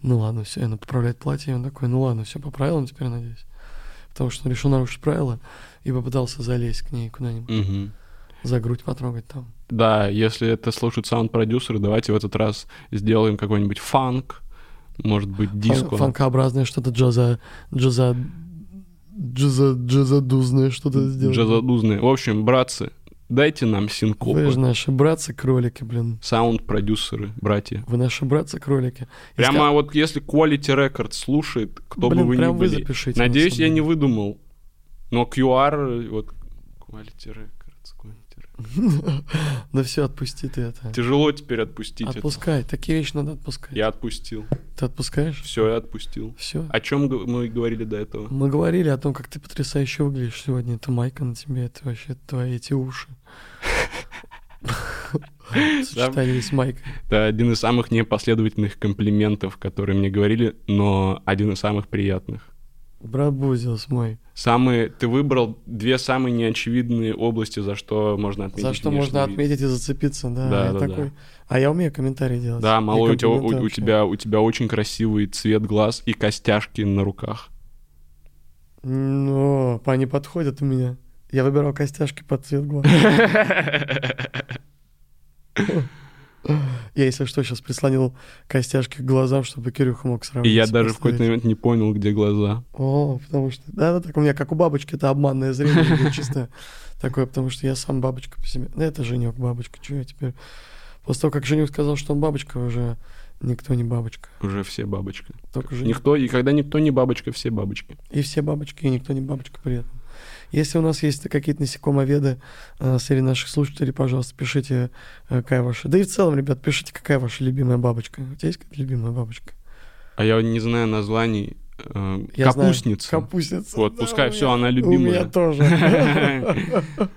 Speaker 3: Ну ладно, все, и она поправляет платье, и он такой, ну ладно, все по правилам теперь, надеюсь. Потому что он решил нарушить правила и попытался залезть к ней куда-нибудь. За грудь потрогать там.
Speaker 1: Да, если это слушают саунд-продюсеры, давайте в этот раз сделаем какой-нибудь фанк, может быть, диско.
Speaker 3: Фан- Фанкообразное что-то джаза... Джаза... Джаза... Джазадузное что-то сделать.
Speaker 1: джазадузные. В общем, братцы, дайте нам
Speaker 3: Вы же
Speaker 1: синкопы.
Speaker 3: наши братцы-кролики, блин.
Speaker 1: Саунд-продюсеры, братья.
Speaker 3: Вы наши братцы-кролики. И
Speaker 1: Прямо вот если Quality Records слушает, кто
Speaker 3: Блин,
Speaker 1: бы вы ни
Speaker 3: прям вы
Speaker 1: были.
Speaker 3: запишите, на
Speaker 1: Надеюсь,
Speaker 3: самом
Speaker 1: я не
Speaker 3: деле.
Speaker 1: выдумал. Но QR, вот Quality Records, Quality Records.
Speaker 3: ска- Да все, отпусти ты это.
Speaker 1: Тяжело теперь отпустить это.
Speaker 3: Отпускай. Такие вещи надо отпускать.
Speaker 1: Я отпустил.
Speaker 3: Ты отпускаешь?
Speaker 1: Все, я отпустил.
Speaker 3: Все.
Speaker 1: О чем мы говорили до этого?
Speaker 3: Мы говорили о том, как ты потрясающе выглядишь сегодня. Это майка на тебе, это вообще твои эти уши. Сочетание с майкой.
Speaker 1: Это один из самых непоследовательных комплиментов, которые мне говорили, но один из самых приятных.
Speaker 3: Брат Бузилс мой.
Speaker 1: Самые, ты выбрал две самые неочевидные области, за что можно отметить.
Speaker 3: За что
Speaker 1: внешний
Speaker 3: можно
Speaker 1: вид.
Speaker 3: отметить и зацепиться, да.
Speaker 1: Да,
Speaker 3: я
Speaker 1: да,
Speaker 3: такой. А я умею комментарии делать.
Speaker 1: Да,
Speaker 3: И
Speaker 1: малой, у тебя, у,
Speaker 3: комплименты
Speaker 1: у
Speaker 3: вообще.
Speaker 1: тебя, у тебя очень красивый цвет глаз и костяшки на руках.
Speaker 3: Ну, они подходят у меня. Я выбирал костяшки под цвет глаз. Я, если что, сейчас прислонил костяшки к глазам, чтобы Кирюха мог
Speaker 1: И
Speaker 3: сравнить.
Speaker 1: я даже в какой-то
Speaker 3: поставить.
Speaker 1: момент не понял, где глаза.
Speaker 3: О, потому что... Да, да, так у меня как у бабочки, это обманное зрение или чисто такое, потому что я сам бабочка по себе. Да это Женек бабочка, чего я теперь... После того, как Женек сказал, что он бабочка, уже никто не бабочка.
Speaker 1: Уже все бабочка.
Speaker 3: Только Женек.
Speaker 1: Никто, и когда никто не бабочка, все бабочки.
Speaker 3: И все бабочки, и никто не бабочка при этом. Если у нас есть какие-то насекомоведы э, среди наших слушателей, пожалуйста, пишите, э, какая ваша... Да и в целом, ребят, пишите, какая ваша любимая бабочка. У тебя есть какая-то любимая бабочка?
Speaker 1: А я не знаю названий. э,
Speaker 3: Я знаю.
Speaker 1: Капустница.
Speaker 3: Капустница.
Speaker 1: Вот,
Speaker 3: да,
Speaker 1: пускай
Speaker 3: у
Speaker 1: все,
Speaker 3: меня-
Speaker 1: она
Speaker 3: У меня
Speaker 1: любимая.
Speaker 3: тоже.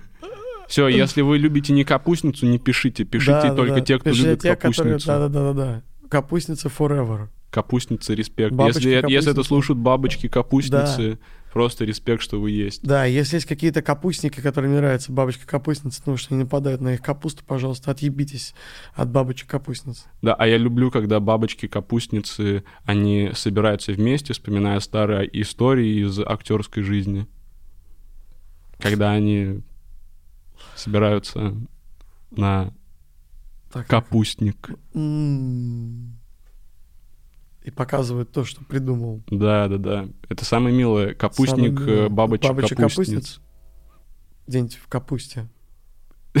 Speaker 1: Все, если вы любите не капустницу, не пишите.
Speaker 3: Да,
Speaker 1: Пишите
Speaker 3: да,
Speaker 1: только
Speaker 3: да.
Speaker 1: те, кто
Speaker 3: Пишите
Speaker 1: любит
Speaker 3: те, которые-
Speaker 1: капустницу.
Speaker 3: Да-да-да-да. Капустница forever.
Speaker 1: Капустница, респект.
Speaker 3: Бабочки,
Speaker 1: Если это- если это
Speaker 3: капустницы.
Speaker 1: слушают бабочки, капустницы, просто респект, что вы есть.
Speaker 3: Да, если есть какие-то капустники, которые не нравятся, бабочка-капустница, потому ну что они нападают на их капусту, пожалуйста, отъебитесь от бабочек-капустниц.
Speaker 1: Да, а я люблю, когда бабочки-капустницы, они собираются вместе, вспоминая старые истории из актерской жизни. Когда они собираются на
Speaker 3: Так, так.
Speaker 1: капустник.
Speaker 3: М. И показывают то, что придумал.
Speaker 1: Да, да, да. Это самое милое. Капустник
Speaker 3: Самое милое.
Speaker 1: э, бабочек-капустниц.
Speaker 3: Бабочек-капустниц. Где-нибудь в капусте.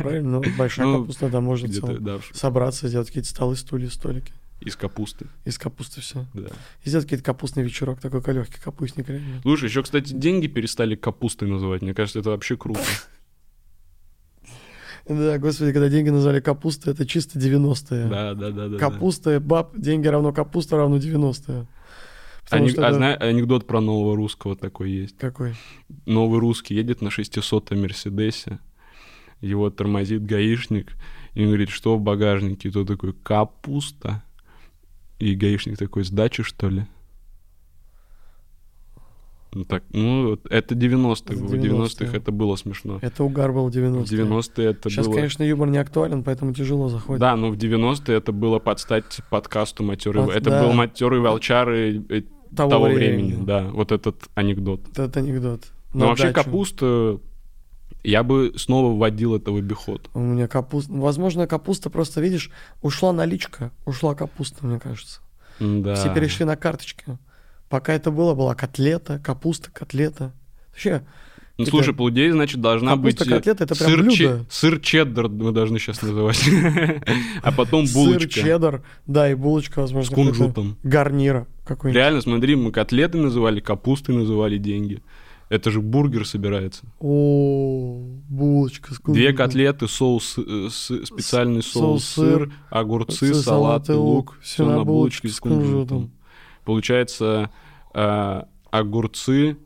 Speaker 3: Правильно? Ну, большая
Speaker 1: Ну,
Speaker 3: капуста, да, можно
Speaker 1: Где-то,
Speaker 3: целом
Speaker 1: да,
Speaker 3: собраться, сделать какие-то столы, стулья, столики.
Speaker 1: из капусты.
Speaker 3: Из капусты все.
Speaker 1: Да.
Speaker 3: И сделать какие-то капустный вечерок, такой легкий капустник. реально.
Speaker 1: Слушай, еще, кстати, деньги перестали капустой называть. Мне кажется, это вообще круто.
Speaker 3: Да, господи, когда деньги назвали капустой, это чисто 90-е.
Speaker 1: Да, да, да, да. да.
Speaker 3: Капуста, баб, деньги равно капуста равно 90-е. Потому
Speaker 1: Ани-
Speaker 3: что
Speaker 1: а
Speaker 3: это-
Speaker 1: зна- анекдот про нового русского такой есть.
Speaker 3: Какой?
Speaker 1: Новый русский едет на 600-м Мерседесе, его тормозит гаишник, и он говорит, что в багажнике? И тот такой, капуста. И гаишник такой, сдачи, что ли? Ну, так, ну, вот это 90-е. В
Speaker 3: 90-е.
Speaker 1: 90-х это было смешно.
Speaker 3: Это угар был 90-е.
Speaker 1: В 90-е это
Speaker 3: Сейчас,
Speaker 1: было...
Speaker 3: конечно, юмор не актуален, поэтому тяжело заходит.
Speaker 1: Да, ну в 90-е это было под стать подкасту «Матерый...»
Speaker 3: Под-
Speaker 1: Это
Speaker 3: да.
Speaker 1: был «Матерый волчары» э, того, времени. да, вот этот анекдот.
Speaker 3: Этот анекдот.
Speaker 1: Но
Speaker 3: На
Speaker 1: Ну, вообще
Speaker 3: дачу.
Speaker 1: капуста, я бы снова вводил это в обиход.
Speaker 3: У меня капуста. Возможно, капуста просто, видишь, ушла наличка, ушла капуста, мне кажется.
Speaker 1: Да.
Speaker 3: Все перешли на карточки. Пока это было, была котлета, капуста, котлета. Вообще,
Speaker 1: Ну,
Speaker 3: это-
Speaker 1: слушай, полудей, значит, должна быть...
Speaker 3: Капуста,
Speaker 1: э,
Speaker 3: котлета — это прям
Speaker 1: сыр, че-
Speaker 3: блюдо.
Speaker 1: сыр чеддер мы должны сейчас называть. А потом
Speaker 3: сыр,
Speaker 1: булочка
Speaker 3: чеддер, да, и булочка,
Speaker 1: с
Speaker 3: возможно, какая-то
Speaker 1: кунжутом.
Speaker 3: гарнира какой-нибудь.
Speaker 1: Реально, смотри, мы котлеты называли, капусты называли деньги. Это же бургер собирается.
Speaker 3: О, булочка с
Speaker 1: Две
Speaker 3: кунжутом.
Speaker 1: котлеты, соус, э, с- специальный
Speaker 3: С-
Speaker 1: соус, сыр,
Speaker 3: соус,
Speaker 1: огурцы,
Speaker 3: огурцы,
Speaker 1: салат, и лук. Все на булочке с
Speaker 3: кунжутом.
Speaker 1: кунжутом. Получается, э, огурцы,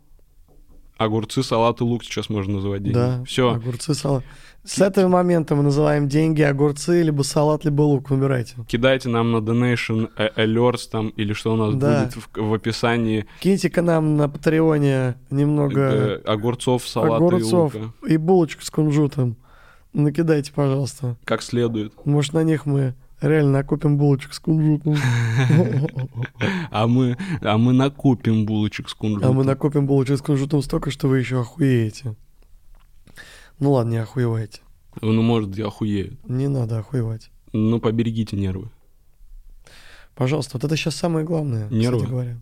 Speaker 1: огурцы, салат и лук сейчас можно называть деньги.
Speaker 3: Да,
Speaker 1: Все.
Speaker 3: огурцы, салат. С этого момента мы называем деньги огурцы, либо салат, либо лук, выбирайте.
Speaker 1: Кидайте нам на donation э, alerts там или что у нас
Speaker 3: Да.
Speaker 1: будет в, в описании
Speaker 3: Киньте-ка нам на Патреоне
Speaker 1: э,
Speaker 3: немного
Speaker 1: огурцов, салата
Speaker 3: огурцов.
Speaker 1: и лука.
Speaker 3: А и булочек с кунжутом. Накидайте, пожалуйста.
Speaker 1: Как следует.
Speaker 3: Может, на них мы реально накупим булочек с кунжутом.
Speaker 1: А мы, а мы накупим булочек с кунжутом.
Speaker 3: А мы накопим булочек с кунжутом столько, что вы еще охуеете. Ну ладно, не охуевайте.
Speaker 1: Ну, может, я охуею.
Speaker 3: Не надо охуевать.
Speaker 1: Ну, поберегите нервы.
Speaker 3: Пожалуйста, вот это сейчас самое главное, кстати
Speaker 1: Нервы.
Speaker 3: говоря.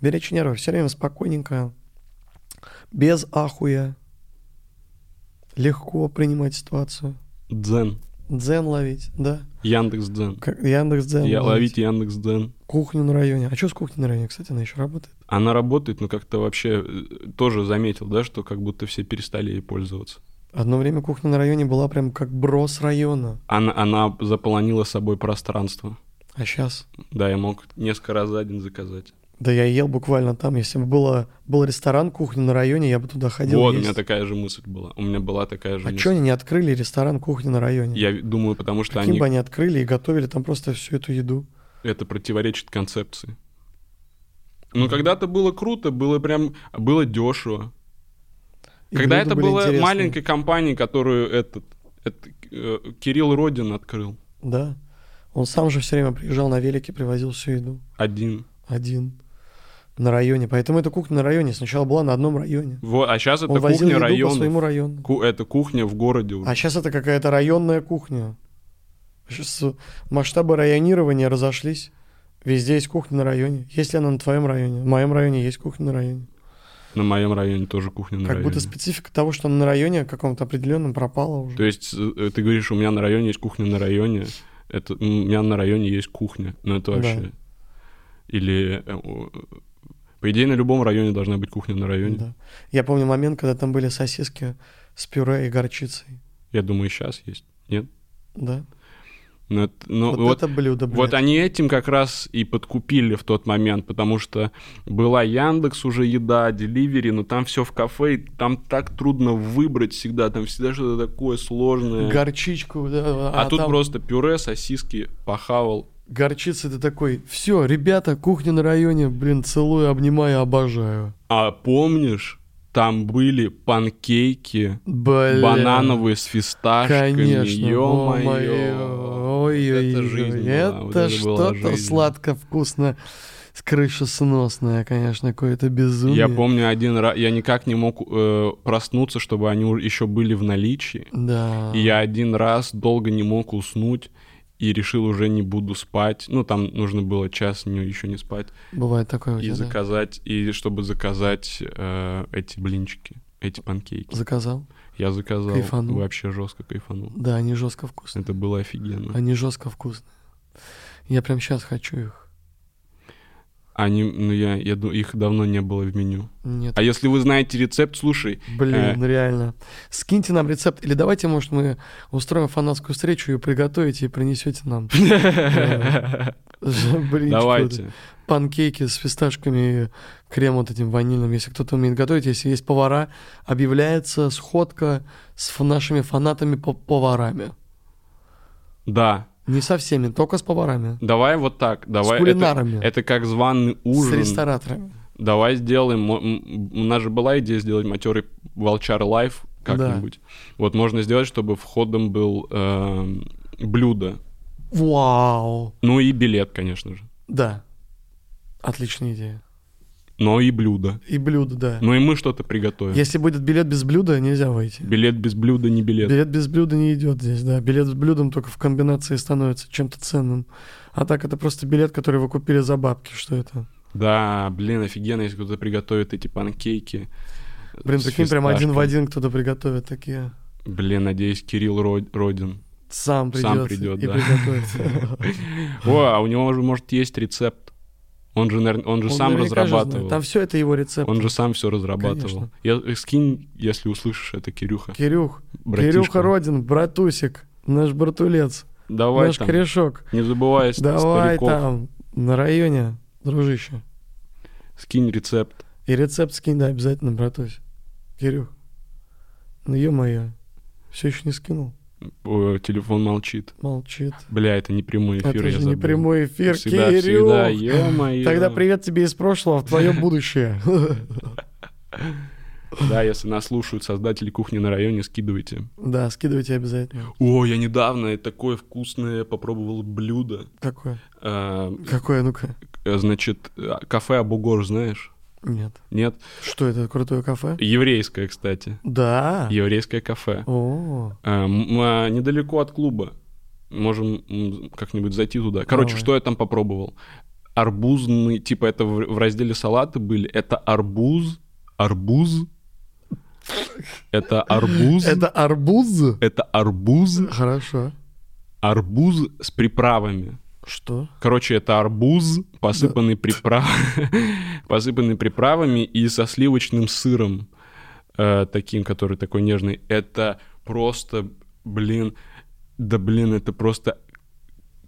Speaker 3: Беречь нервы. Все время спокойненько, без ахуя. Легко принимать ситуацию.
Speaker 1: Дзен.
Speaker 3: Дзен ловить, да?
Speaker 1: Яндекс Дзен.
Speaker 3: Как Яндекс Дзен.
Speaker 1: Я ловите Яндекс Дзен.
Speaker 3: Кухню на районе. А что с кухней на районе, кстати, она еще работает?
Speaker 1: Она работает, но как-то вообще э, тоже заметил, да, что как будто все перестали ей пользоваться.
Speaker 3: Одно время кухня на районе была прям как брос района.
Speaker 1: Она, она заполонила собой пространство.
Speaker 3: А сейчас?
Speaker 1: Да, я мог несколько раз за день заказать.
Speaker 3: Да я ел буквально там. Если бы было, был ресторан кухня на районе, я бы туда ходил
Speaker 1: вот, у
Speaker 3: А есть.
Speaker 1: меня такая же мысль была. У меня была такая же
Speaker 3: А
Speaker 1: мысль.
Speaker 3: что они не открыли ресторан кухня на районе?
Speaker 1: Я ви- думаю, потому что
Speaker 3: Каким
Speaker 1: они...
Speaker 3: бы они открыли и готовили там просто всю эту еду.
Speaker 1: это противоречит концепции. Ну, когда-то было круто, было прям... Было дешево.
Speaker 3: И
Speaker 1: Когда
Speaker 3: блюда
Speaker 1: это
Speaker 3: были
Speaker 1: было
Speaker 3: интересные.
Speaker 1: маленькой компанией, которую этот, этот, э, Кирилл Родин открыл.
Speaker 3: Да. Он сам же все время приезжал на велике, привозил всю еду.
Speaker 1: Один.
Speaker 3: Один. На районе. Поэтому эта кухня на районе. Сначала была на одном районе.
Speaker 1: Вот, а сейчас это
Speaker 3: Он возил
Speaker 1: кухня
Speaker 3: еду по своему
Speaker 1: района.
Speaker 3: району.
Speaker 1: Ку- это кухня в городе. уже.
Speaker 3: А сейчас это какая-то районная кухня. Сейчас масштабы районирования разошлись. Везде есть кухня на районе. Есть ли она на твоем районе? В моем районе есть кухня на районе.
Speaker 1: На моем районе тоже кухня на
Speaker 3: как
Speaker 1: районе.
Speaker 3: будто специфика того, что она на районе каком-то определенном пропала уже.
Speaker 1: То есть э, ты говоришь, у меня на районе есть кухня на районе. Это, м, у меня на районе есть кухня. Ну это
Speaker 3: Да.
Speaker 1: вообще... Или... э, о, э, По идее, на любом районе должна быть кухня на районе.
Speaker 3: Да. Я помню момент, когда там были сосиски с пюре и горчицей.
Speaker 1: Я думаю, сейчас есть. Нет?
Speaker 3: Да.
Speaker 1: Но это- ну,
Speaker 3: вот,
Speaker 1: вот
Speaker 3: это блюдо, блядь.
Speaker 1: Вот они этим как раз и подкупили в тот момент, потому что была Яндекс уже еда, Деливери, но там все в кафе, и там так трудно выбрать всегда, там всегда что-то такое сложное.
Speaker 3: Горчичку. да,
Speaker 1: А, тут
Speaker 3: там
Speaker 1: просто пюре, сосиски, похавал.
Speaker 3: Горчица ты такой, все, ребята, кухня на районе, блин, целую, обнимаю, обожаю.
Speaker 1: А помнишь, там были панкейки
Speaker 3: Бля.
Speaker 1: банановые с фисташками.
Speaker 3: Конечно,
Speaker 1: Ё-моё.
Speaker 3: о-моё,
Speaker 1: Вот это
Speaker 3: ой-ой-ой,
Speaker 1: жизнь была,
Speaker 3: это,
Speaker 1: вот это была
Speaker 3: что-то
Speaker 1: жизнь.
Speaker 3: сладко-вкусно, крышесносное, конечно, какое-то безумие.
Speaker 1: Я помню один раз, я никак не мог э, проснуться, чтобы они еще были в наличии.
Speaker 3: Да.
Speaker 1: И я один раз долго не мог уснуть и решил уже не буду спать. Ну, там нужно было час не, еще не спать.
Speaker 3: Бывает такое у
Speaker 1: И
Speaker 3: тебя, ну да?
Speaker 1: заказать, и чтобы заказать э, эти блинчики, эти панкейки.
Speaker 3: Заказал?
Speaker 1: Я заказал.
Speaker 3: Кайфанул.
Speaker 1: Вообще жестко кайфанул.
Speaker 3: Да, они жестко вкусные.
Speaker 1: Это было офигенно.
Speaker 3: Они жестко вкусные. Я прям сейчас хочу их.
Speaker 1: Они, ну, я, я ду- их давно не было в меню.
Speaker 3: Нет.
Speaker 1: А э. если вы знаете рецепт, слушай,
Speaker 3: Блин, реально. Скиньте нам рецепт. Или давайте, может, мы устроим фанатскую встречу и приготовите и принесете нам. Да. Блин,
Speaker 1: давайте.
Speaker 3: панкейки с фисташками, крем вот этим ванильным. Если кто-то умеет готовить, если есть повара, объявляется сходка с ф- нашими фанатами по поварами.
Speaker 1: Да.
Speaker 3: Не со всеми, только с поварами.
Speaker 1: Давай вот так. Давай. это-
Speaker 3: кулинарами.
Speaker 1: Это, как званый
Speaker 3: С
Speaker 1: ужин.
Speaker 3: рестораторами.
Speaker 1: Давай сделаем. мо- м- У нас же была идея сделать матерый волчар лайф как-нибудь. Вот можно сделать, чтобы входом был эм, блюдо.
Speaker 3: Вау!
Speaker 1: Ну и билет, конечно же.
Speaker 3: Да. Отличная идея.
Speaker 1: Но и блюдо.
Speaker 3: И блюдо, да.
Speaker 1: Ну и мы что-то приготовим.
Speaker 3: Если будет билет без блюда, нельзя выйти.
Speaker 1: Билет без блюда не билет.
Speaker 3: Билет без блюда не идет здесь, да. Билет с блюдом только в комбинации становится чем-то ценным. А так это просто билет, который вы купили за бабки. Что это?
Speaker 1: Да, блин, офигенно, если кто-то приготовит эти панкейки.
Speaker 3: Блин,
Speaker 1: с
Speaker 3: прикинь, прям один в
Speaker 1: фисташками.
Speaker 3: один кто-то приготовит такие.
Speaker 1: Блин, надеюсь, Кирилл Ро- Родин.
Speaker 3: Сам придет.
Speaker 1: Сам придет,
Speaker 3: и
Speaker 1: да.
Speaker 3: приготовит.
Speaker 1: О, а у него же, может, есть рецепт. Он же, навер- он же
Speaker 3: Он
Speaker 1: сам
Speaker 3: наверняка же знает.
Speaker 1: разрабатывал.
Speaker 3: Там все это его рецепт.
Speaker 1: Он же сам все разрабатывал.
Speaker 3: Конечно.
Speaker 1: Я, э, скинь, если услышишь, это Кирюха.
Speaker 3: Кирюх.
Speaker 1: Братишка.
Speaker 3: Кирюха Родин, братусик, наш братулец,
Speaker 1: Давай
Speaker 3: наш
Speaker 1: там.
Speaker 3: корешок.
Speaker 1: Не забывай с-
Speaker 3: Давай
Speaker 1: стариков.
Speaker 3: там, на районе, дружище.
Speaker 1: Скинь рецепт.
Speaker 3: И рецепт скинь, да, обязательно, братусь. Кирюх. Ну, ё-моё, все еще не скинул.
Speaker 1: О, телефон молчит.
Speaker 3: Молчит.
Speaker 1: Бля, это не прямой эфир.
Speaker 3: это
Speaker 1: я
Speaker 3: же не
Speaker 1: забыл.
Speaker 3: прямой эфир,
Speaker 1: Всегда,
Speaker 3: Кирюх.
Speaker 1: всегда, ё-моё.
Speaker 3: Тогда привет тебе из прошлого, в твое будущее.
Speaker 1: Да, если нас слушают создатели кухни на районе, скидывайте.
Speaker 3: Да, скидывайте обязательно.
Speaker 1: О, я недавно такое вкусное попробовал блюдо.
Speaker 3: Какое?
Speaker 1: Э,
Speaker 3: Какое, ну-ка.
Speaker 1: э, Значит, э, кафе Абугор, знаешь?
Speaker 3: Нет.
Speaker 1: Нет?
Speaker 3: Что это, крутое кафе?
Speaker 1: Еврейское, кстати.
Speaker 3: Да.
Speaker 1: Еврейское кафе.
Speaker 3: О,
Speaker 1: А, м, а, недалеко от клуба. Можем м, как-нибудь зайти туда. Короче,
Speaker 3: Давай.
Speaker 1: что я там попробовал? Арбузный, типа это в, в разделе салаты были. Это арбуз, арбуз, это арбуз,
Speaker 3: это арбуз?
Speaker 1: это арбуз,
Speaker 3: Хорошо.
Speaker 1: арбуз с приправами.
Speaker 3: Что?
Speaker 1: Короче, это арбуз, посыпанный, приправ... посыпанный приправами и со сливочным сыром, э, таким, который такой нежный. Это просто, блин, да блин, это просто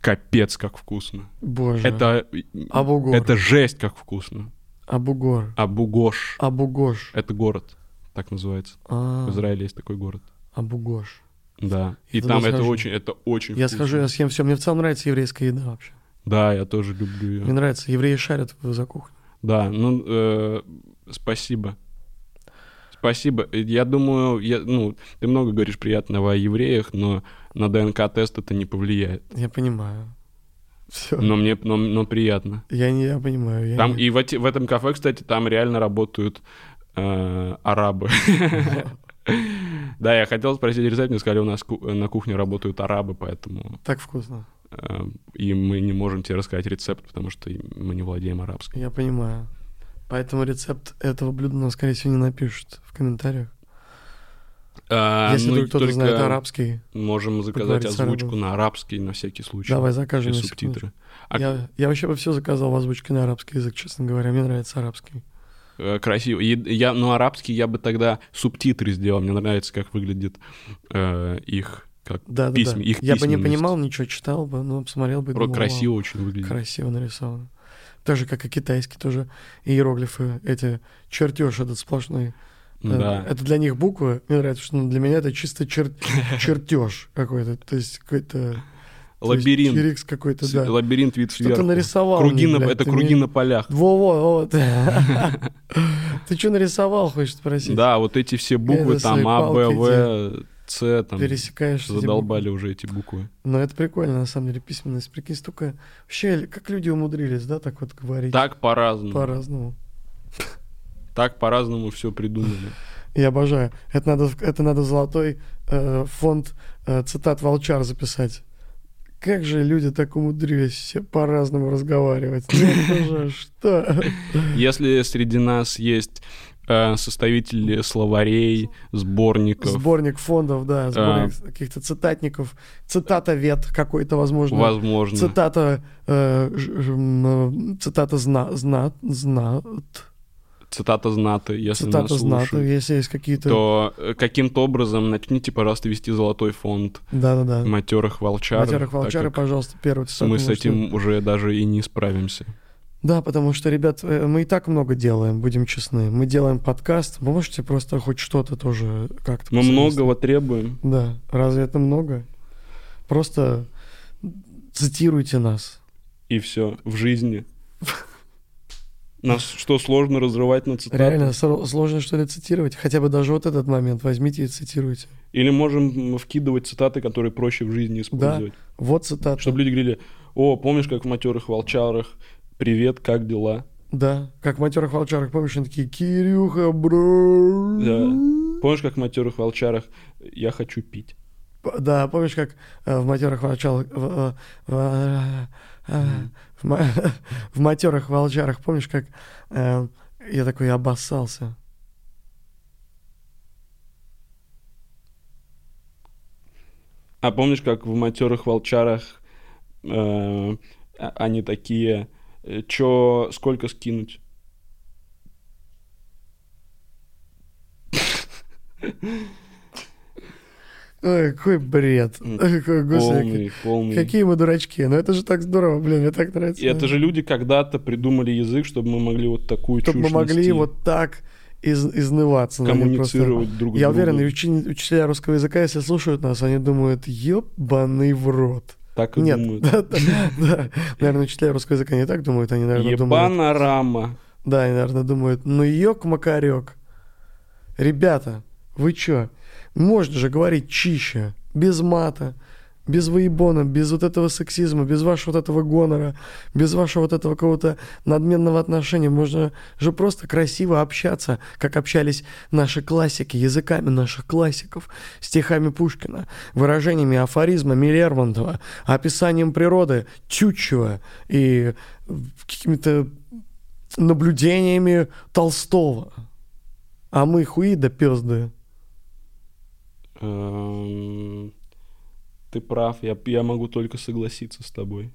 Speaker 1: капец как вкусно.
Speaker 3: Боже.
Speaker 1: Это,
Speaker 3: Абугор.
Speaker 1: это жесть как вкусно.
Speaker 3: Абугор.
Speaker 1: Абугош.
Speaker 3: Абугош.
Speaker 1: Это город, так называется.
Speaker 3: А,
Speaker 1: В Израиле есть такой город.
Speaker 3: Абугош.
Speaker 1: Да. И
Speaker 3: туда
Speaker 1: там это
Speaker 3: схожу.
Speaker 1: очень, это очень
Speaker 3: Я
Speaker 1: вкусно.
Speaker 3: схожу, я съем все. Мне в целом нравится еврейская еда вообще.
Speaker 1: Да, я тоже люблю ее.
Speaker 3: Мне нравится. Евреи шарят в- за кухню.
Speaker 1: Да, ну э, спасибо. Спасибо. Я думаю, я, ну, ты много говоришь приятного о евреях, но на ДНК-тест это не повлияет.
Speaker 3: Я понимаю. Все.
Speaker 1: Но мне но, но приятно.
Speaker 3: Я не я понимаю. я
Speaker 1: Там,
Speaker 3: не-
Speaker 1: и в, эти- в этом кафе, кстати, там реально работают э, арабы. Да, я хотел спросить рецепт, мне сказали, у нас ку- на кухне работают арабы, поэтому
Speaker 3: Так вкусно.
Speaker 1: э, и мы не можем тебе рассказать рецепт, потому что мы не владеем арабским.
Speaker 3: Я понимаю. Поэтому рецепт этого блюда нам, скорее всего, не напишут в комментариях.
Speaker 1: А,
Speaker 3: Если
Speaker 1: ну и
Speaker 3: вдруг кто-то знает
Speaker 1: только-
Speaker 3: арабский,
Speaker 1: Можем заказать
Speaker 3: Поговорить с
Speaker 1: озвучку
Speaker 3: арабом.
Speaker 1: на арабский на всякий случай.
Speaker 3: давай
Speaker 1: И
Speaker 3: закажем. на секундочку.
Speaker 1: субтитры. А
Speaker 3: Я, я вообще бы все заказал в озвучке на арабский язык, честно говоря. Мне нравится арабский.
Speaker 1: э, красиво. И я, ну, арабский я бы тогда субтитры сделал. Мне нравится, как выглядит э, их как
Speaker 3: Да, да,
Speaker 1: Письма-
Speaker 3: да.
Speaker 1: их
Speaker 3: я бы не
Speaker 1: письменность.
Speaker 3: понимал, ничего читал бы, но посмотрел бы и
Speaker 1: про-
Speaker 3: думал, «Вау,
Speaker 1: красиво очень выглядит.
Speaker 3: красиво нарисовано. Так же, как и китайский тоже. Иероглифы, эти чертеж этот сплошной. Э,
Speaker 1: Да.
Speaker 3: Это для них буквы. Мне нравится, что для меня это чисто чер- чертеж какой-то. То есть какой-то... то есть
Speaker 1: Лабиринт.
Speaker 3: Чирикс какой-то,
Speaker 1: С-
Speaker 3: да.
Speaker 1: Лабиринт вид
Speaker 3: Что ты
Speaker 1: сверху.
Speaker 3: нарисовал
Speaker 1: Круги
Speaker 3: мне,
Speaker 1: на-
Speaker 3: блядь,
Speaker 1: это
Speaker 3: ты
Speaker 1: круги
Speaker 3: мне-
Speaker 1: на полях.
Speaker 3: Во-во, вот. Ты что нарисовал, хочешь спросить?
Speaker 1: Да, вот эти все буквы
Speaker 3: Это
Speaker 1: там
Speaker 3: свои
Speaker 1: А, Б,
Speaker 3: палки
Speaker 1: В, С там.
Speaker 3: Пересекаешь. эти
Speaker 1: Задолбали уже эти буквы.
Speaker 3: буквы. Но это прикольно, на самом деле, письменность. Прикинь, столько... Вообще, как люди умудрились, да, так вот говорить?
Speaker 1: Так по-разному.
Speaker 3: По-разному.
Speaker 1: Так по-разному все придумали.
Speaker 3: Я обожаю. Это надо, в- это надо в золотой э, фонд э, цитат Волчар записать. Как же люди так умудрились все по-разному разговаривать? Ну это же что?
Speaker 1: Если среди нас есть э, составители словарей, сборников,
Speaker 3: Сборник фондов, да, сборник каких-то цитатников, цитатовед какой-то, возможно.
Speaker 1: возможно,
Speaker 3: Цитата, э, ж- ж- м, э, цитата зна, зна, знат,
Speaker 1: цитата знаты, если нас
Speaker 3: цитата знат,
Speaker 1: слушают,
Speaker 3: если есть какие-то...
Speaker 1: то э, каким-то образом начните, пожалуйста, вести золотой фонд
Speaker 3: Да-да-да.
Speaker 1: матерых волчаров.
Speaker 3: Матерых
Speaker 1: так
Speaker 3: волчары,
Speaker 1: как
Speaker 3: пожалуйста, первый цитату.
Speaker 1: Мы с
Speaker 3: можете-
Speaker 1: этим уже даже и не справимся.
Speaker 3: Да, потому что, ребят, э, мы и так много делаем, будем честны. Мы делаем подкаст, вы можете просто хоть что-то тоже как-то...
Speaker 1: Мы
Speaker 3: посовестить?
Speaker 1: многого требуем.
Speaker 3: Да, разве это много? Просто цитируйте нас.
Speaker 1: и все в жизни. Нас что, сложно разрывать на цитаты?
Speaker 3: Реально сор- сложно что ли цитировать? Хотя бы даже вот этот момент возьмите и цитируйте.
Speaker 1: Или можем вкидывать цитаты, которые проще в жизни использовать?
Speaker 3: Вот цитата.
Speaker 1: Чтобы люди говорили, о, помнишь, как в «Матерых волчарах», привет, как дела?
Speaker 3: Да, как в матерых волчарах, помнишь, они такие, Кирюха, бро.
Speaker 1: Да.
Speaker 3: М-м.
Speaker 1: Помнишь, как в «Матерых волчарах» я хочу пить?
Speaker 3: П- Да, помнишь, как э, в матерых волчарах... В, э, в, э, в ма- в матерых волчарах, помнишь, как э, я такой обоссался?
Speaker 1: А помнишь, как в «Матерых волчарах» э, а- они такие, э, чё, сколько скинуть?
Speaker 3: Ой, какой бред.
Speaker 1: М,
Speaker 3: Ой, какой, господи,
Speaker 1: Полный, полный.
Speaker 3: какие мы дурачки. Но это же так здорово, блин, мне так нравится.
Speaker 1: И это же люди когда-то придумали язык, чтобы мы могли вот такую
Speaker 3: Чтобы мы
Speaker 1: чушь
Speaker 3: могли
Speaker 1: нести.
Speaker 3: вот так из- изнываться. над ним просто.
Speaker 1: коммуницировать друг с
Speaker 3: Я
Speaker 1: другом.
Speaker 3: уверен, и учени- учителя русского языка, если слушают нас, они думают, ебаный в рот.
Speaker 1: Так и
Speaker 3: Нет,
Speaker 1: думают.
Speaker 3: да, да, да. наверное, учителя русского языка не так думают, они, наверное, думают...
Speaker 1: Ебанорама.
Speaker 3: Да, они, наверное, думают, ну ёк макарек. Ребята, вы чё? Можно же говорить чище, без мата, без воебона, без вот этого сексизма, без вашего вот этого гонора, без вашего вот этого какого-то надменного отношения. Можно же просто красиво общаться, как общались наши классики, языками наших классиков, стихами Пушкина, выражениями афоризмами Лермонтова, описанием природы Тютчева и какими-то наблюдениями Толстого. А мы хуи да пёзды.
Speaker 1: Эм, Ты прав, я, я могу только согласиться с тобой.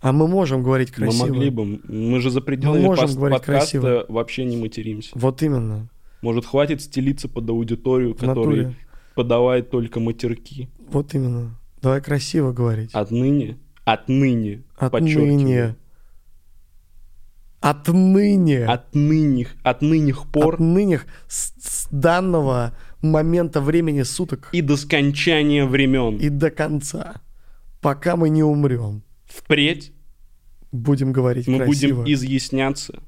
Speaker 3: А мы можем говорить красиво.
Speaker 1: Мы могли бы, мы же за пределами
Speaker 3: можем
Speaker 1: пос-
Speaker 3: говорить
Speaker 1: подкаста
Speaker 3: красиво.
Speaker 1: вообще не материмся.
Speaker 3: Вот именно.
Speaker 1: Может, хватит стелиться под аудиторию,
Speaker 3: В натуре.
Speaker 1: которая подавает только матерки.
Speaker 3: Вот именно. Давай красиво говорить.
Speaker 1: Отныне, отныне, А подчеркиваю,
Speaker 3: Отныне. Отныне.
Speaker 1: отныне, отныних пор
Speaker 3: Отныне с, с данного момента времени суток
Speaker 1: и до скончания времен.
Speaker 3: и до конца. Пока мы не умрем.
Speaker 1: Впредь
Speaker 3: Будем говорить
Speaker 1: мы
Speaker 3: красиво.
Speaker 1: будем изъясняться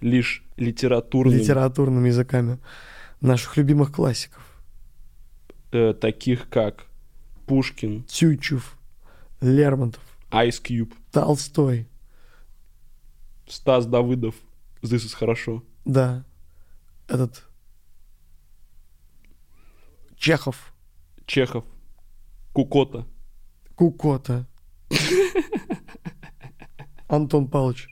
Speaker 1: лишь литературными,
Speaker 3: литературными языками наших любимых классиков.
Speaker 1: э, таких как Пушкин,
Speaker 3: Тютчев, Лермонтов,
Speaker 1: Ice Cube,
Speaker 3: Толстой.
Speaker 1: Стас Давыдов, This is хорошо.
Speaker 3: Да. Этот... Чехов.
Speaker 1: Чехов, Кукота,
Speaker 3: Кукота. Антон Павлович.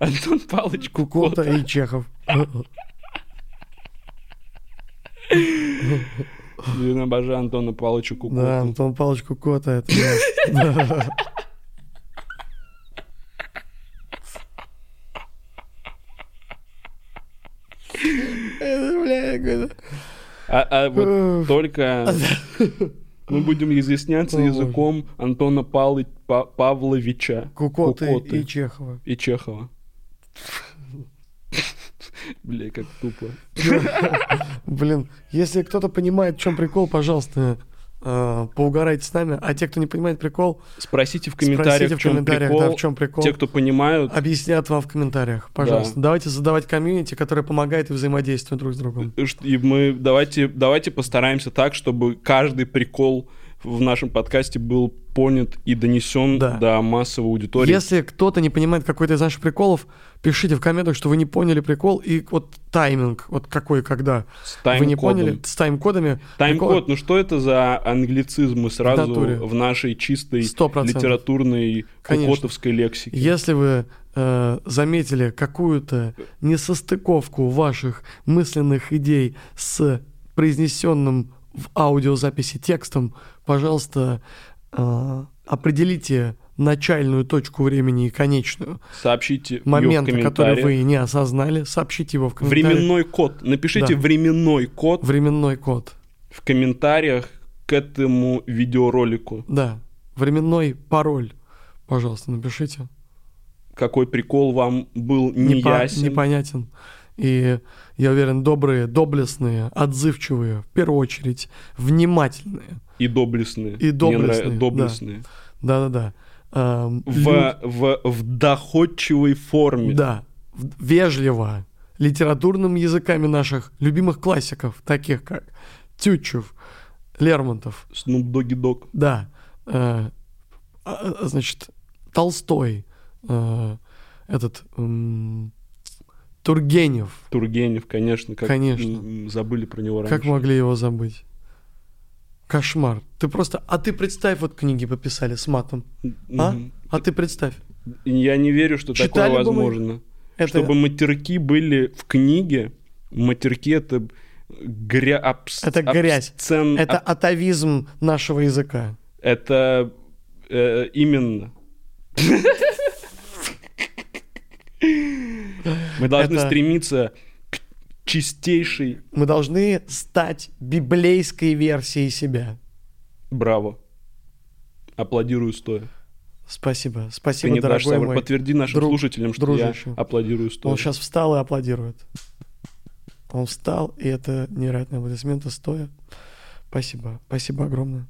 Speaker 1: Антон Палыч,
Speaker 3: Кукота
Speaker 1: Кукота.
Speaker 3: и Чехов.
Speaker 1: Блин, Ну, обожаю Антона Палыча Кукоту.
Speaker 3: Да, Антон Павлович Кукота. Это я. Это, бля, какой-то-
Speaker 1: А, а вот
Speaker 3: Уф.
Speaker 1: только мы будем изъясняться
Speaker 3: О, боже.
Speaker 1: языком Антона Палы- Па- Павловича
Speaker 3: Кукоты
Speaker 1: Кукоты
Speaker 3: и Чехова.
Speaker 1: и Чехова. Бля, как тупо.
Speaker 3: Блин, если кто-то понимает, в чем прикол, пожалуйста, э, поугарайте с нами. А те, кто не понимает прикол,
Speaker 1: Спросите в
Speaker 3: спросите
Speaker 1: комментариях,
Speaker 3: в
Speaker 1: в чем
Speaker 3: комментариях, да,
Speaker 1: прикол.
Speaker 3: в чем прикол.
Speaker 1: Те, кто понимают,
Speaker 3: Объяснят вам в комментариях, пожалуйста. Давайте создавать комьюнити, которое помогает и взаимодействует друг с другом.
Speaker 1: Ш- И мы давайте, давайте постараемся так, чтобы каждый прикол в нашем подкасте был понят и донесен
Speaker 3: Да.
Speaker 1: до массовой аудитории.
Speaker 3: Если кто-то не понимает какой-то из наших приколов, пишите в комментах, что вы не поняли прикол и вот тайминг, вот какой, когда.
Speaker 1: с
Speaker 3: Вы не
Speaker 1: тайм-кодом.
Speaker 3: поняли? С тайм-кодами.
Speaker 1: Тайм-код, ну что это за англицизм мы сразу
Speaker 3: натуре.
Speaker 1: в нашей чистой
Speaker 3: 100%.
Speaker 1: литературной
Speaker 3: Конечно.
Speaker 1: кукотовской лексике?
Speaker 3: Если вы э, заметили какую-то несостыковку ваших мысленных идей с произнесенным в аудиозаписи текстом, пожалуйста, э, определите начальную точку времени и конечную.
Speaker 1: Сообщите
Speaker 3: Момент,
Speaker 1: ее в
Speaker 3: который
Speaker 1: комментариях.
Speaker 3: вы не осознали, сообщите его в комментариях.
Speaker 1: Временной код. Напишите
Speaker 3: Да.
Speaker 1: временной код
Speaker 3: Временной код.
Speaker 1: в комментариях к этому видеоролику.
Speaker 3: Да, временной пароль, пожалуйста, напишите.
Speaker 1: Какой прикол вам был
Speaker 3: Не по-
Speaker 1: неясен?
Speaker 3: непонятен. И я уверен, добрые, доблестные, отзывчивые, в первую очередь, внимательные.
Speaker 1: И доблестные.
Speaker 3: И доблестные, да.
Speaker 1: доблестные.
Speaker 3: Да-да-да. Эм,
Speaker 1: В, в, в доходчивой форме.
Speaker 3: лю- Да, в- вежливо, литературными языками наших любимых классиков, таких как Тютчев, Лермонтов,
Speaker 1: Snoop Doggy Dog.
Speaker 3: да, э, а- а, значит, Толстой, э, этот, м, Тургенев,
Speaker 1: Тургенев, конечно. Как,
Speaker 3: Конечно.
Speaker 1: м, Забыли про него раньше.
Speaker 3: Как могли его забыть? Кошмар. Ты просто... А ты представь, вот книги пописали с матом. А?
Speaker 1: Мгм.
Speaker 3: А ты представь.
Speaker 1: Я не верю, что
Speaker 3: Читали
Speaker 1: такое
Speaker 3: бы мы?
Speaker 1: возможно.
Speaker 3: Это...
Speaker 1: Чтобы матерки были в книге. Матерки это гря... абс-
Speaker 3: Это грязь.
Speaker 1: Обсцен...
Speaker 3: Это
Speaker 1: аб-
Speaker 3: атовизм нашего языка.
Speaker 1: Это э, именно. Мы должны
Speaker 3: Это-
Speaker 1: стремиться к чистейшей...
Speaker 3: Мы должны стать библейской версией себя.
Speaker 1: Браво. Аплодирую стоя.
Speaker 3: Спасибо.
Speaker 1: Ты
Speaker 3: Спасибо,
Speaker 1: не а дашь
Speaker 3: дорогой
Speaker 1: Савр.
Speaker 3: мой.
Speaker 1: Подтверди нашим
Speaker 3: друг,
Speaker 1: слушателям, что
Speaker 3: дружище.
Speaker 1: я аплодирую стоя.
Speaker 3: Он сейчас встал и аплодирует. Он встал, и это невероятные аплодисменты стоя. Спасибо. Спасибо огромное.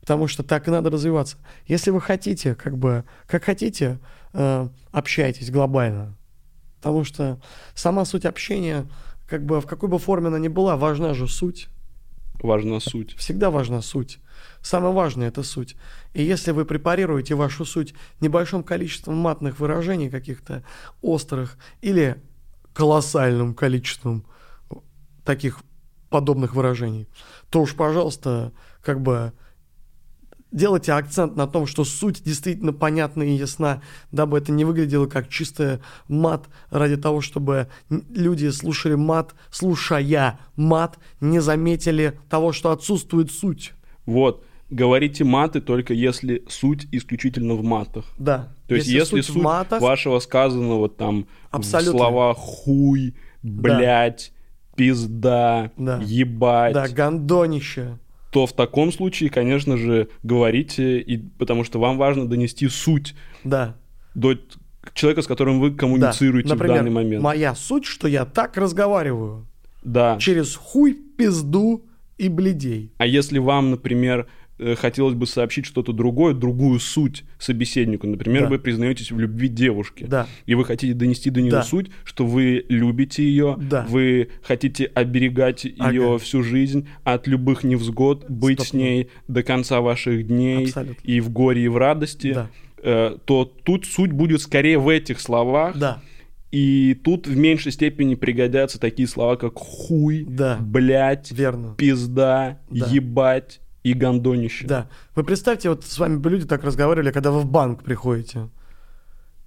Speaker 3: Потому что так и надо развиваться. Если вы хотите, как бы, как хотите, э, общайтесь глобально. Потому что сама суть общения, как бы в какой бы форме она ни была, важна же суть.
Speaker 1: Важна суть.
Speaker 3: Всегда важна суть. Самое важное – это суть. И если вы препарируете вашу суть небольшим количеством матных выражений каких-то острых или колоссальным количеством таких подобных выражений, то уж, пожалуйста, как бы делайте акцент на том, что суть действительно понятна и ясна, дабы это не выглядело как чистый мат ради того, чтобы н- люди слушали мат, слушая мат, не заметили того, что отсутствует суть.
Speaker 1: Вот. Говорите маты только если суть исключительно в матах.
Speaker 3: Да.
Speaker 1: То есть, если, суть,
Speaker 3: в матах,
Speaker 1: вашего сказанного там
Speaker 3: Абсолютно.
Speaker 1: в слова хуй, блять, пизда,
Speaker 3: Да.
Speaker 1: ебать,
Speaker 3: да, гандонище.
Speaker 1: то в таком случае, конечно же, говорите, и, потому что вам важно донести суть
Speaker 3: Да.
Speaker 1: до т- человека, с которым вы
Speaker 3: да.
Speaker 1: коммуницируете
Speaker 3: Например,
Speaker 1: в данный момент.
Speaker 3: моя суть, что я так разговариваю.
Speaker 1: Да.
Speaker 3: Через хуй, пизду и бледей.
Speaker 1: А если вам, например, э, хотелось бы сообщить что-то другое, другую суть собеседнику, например,
Speaker 3: Да.
Speaker 1: вы признаетесь в любви девушки,
Speaker 3: Да.
Speaker 1: и вы хотите донести до нее
Speaker 3: Да.
Speaker 1: суть, что вы любите ее,
Speaker 3: Да.
Speaker 1: вы хотите оберегать
Speaker 3: Ага.
Speaker 1: ее всю жизнь от любых невзгод, быть с
Speaker 3: Стопудово.
Speaker 1: ней до конца ваших дней
Speaker 3: Абсолютно.
Speaker 1: и в горе, и в радости,
Speaker 3: Да.
Speaker 1: э, то тут суть будет скорее в этих словах.
Speaker 3: Да.
Speaker 1: И тут в меньшей степени пригодятся такие слова, как хуй,
Speaker 3: Да.
Speaker 1: блять,
Speaker 3: Верно.
Speaker 1: пизда,
Speaker 3: Да.
Speaker 1: ебать и гондонище.
Speaker 3: Да. Вы представьте, вот с вами бы люди так разговаривали, когда вы в банк приходите.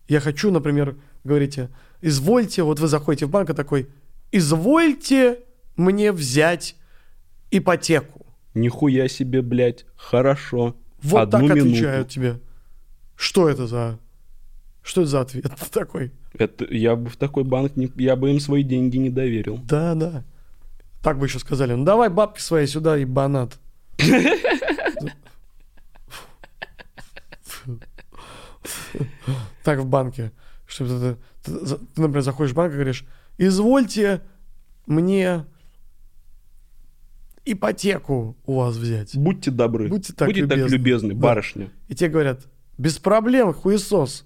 Speaker 3: Я хочу, например, говорите, извольте, вот вы заходите в банк и такой, извольте мне взять ипотеку.
Speaker 1: Нихуя себе, блядь, хорошо.
Speaker 3: Вот
Speaker 1: Одну
Speaker 3: так
Speaker 1: минуту.
Speaker 3: отвечают тебе. Что это за... Что это за ответ такой?
Speaker 1: Это, я бы в такой банк, не, я бы им свои деньги не доверил.
Speaker 3: Да, да. Так бы еще сказали. Ну давай бабки свои сюда, ебанат. Так в банке. Что это- ты, за- ты, например, заходишь в банк и говоришь, извольте мне ипотеку у вас взять.
Speaker 1: Будьте добры.
Speaker 3: Будьте так
Speaker 1: Будьте так
Speaker 3: любезны.
Speaker 1: любезны,
Speaker 3: Да.
Speaker 1: барышня.
Speaker 3: И тебе говорят, без проблем, хуесос.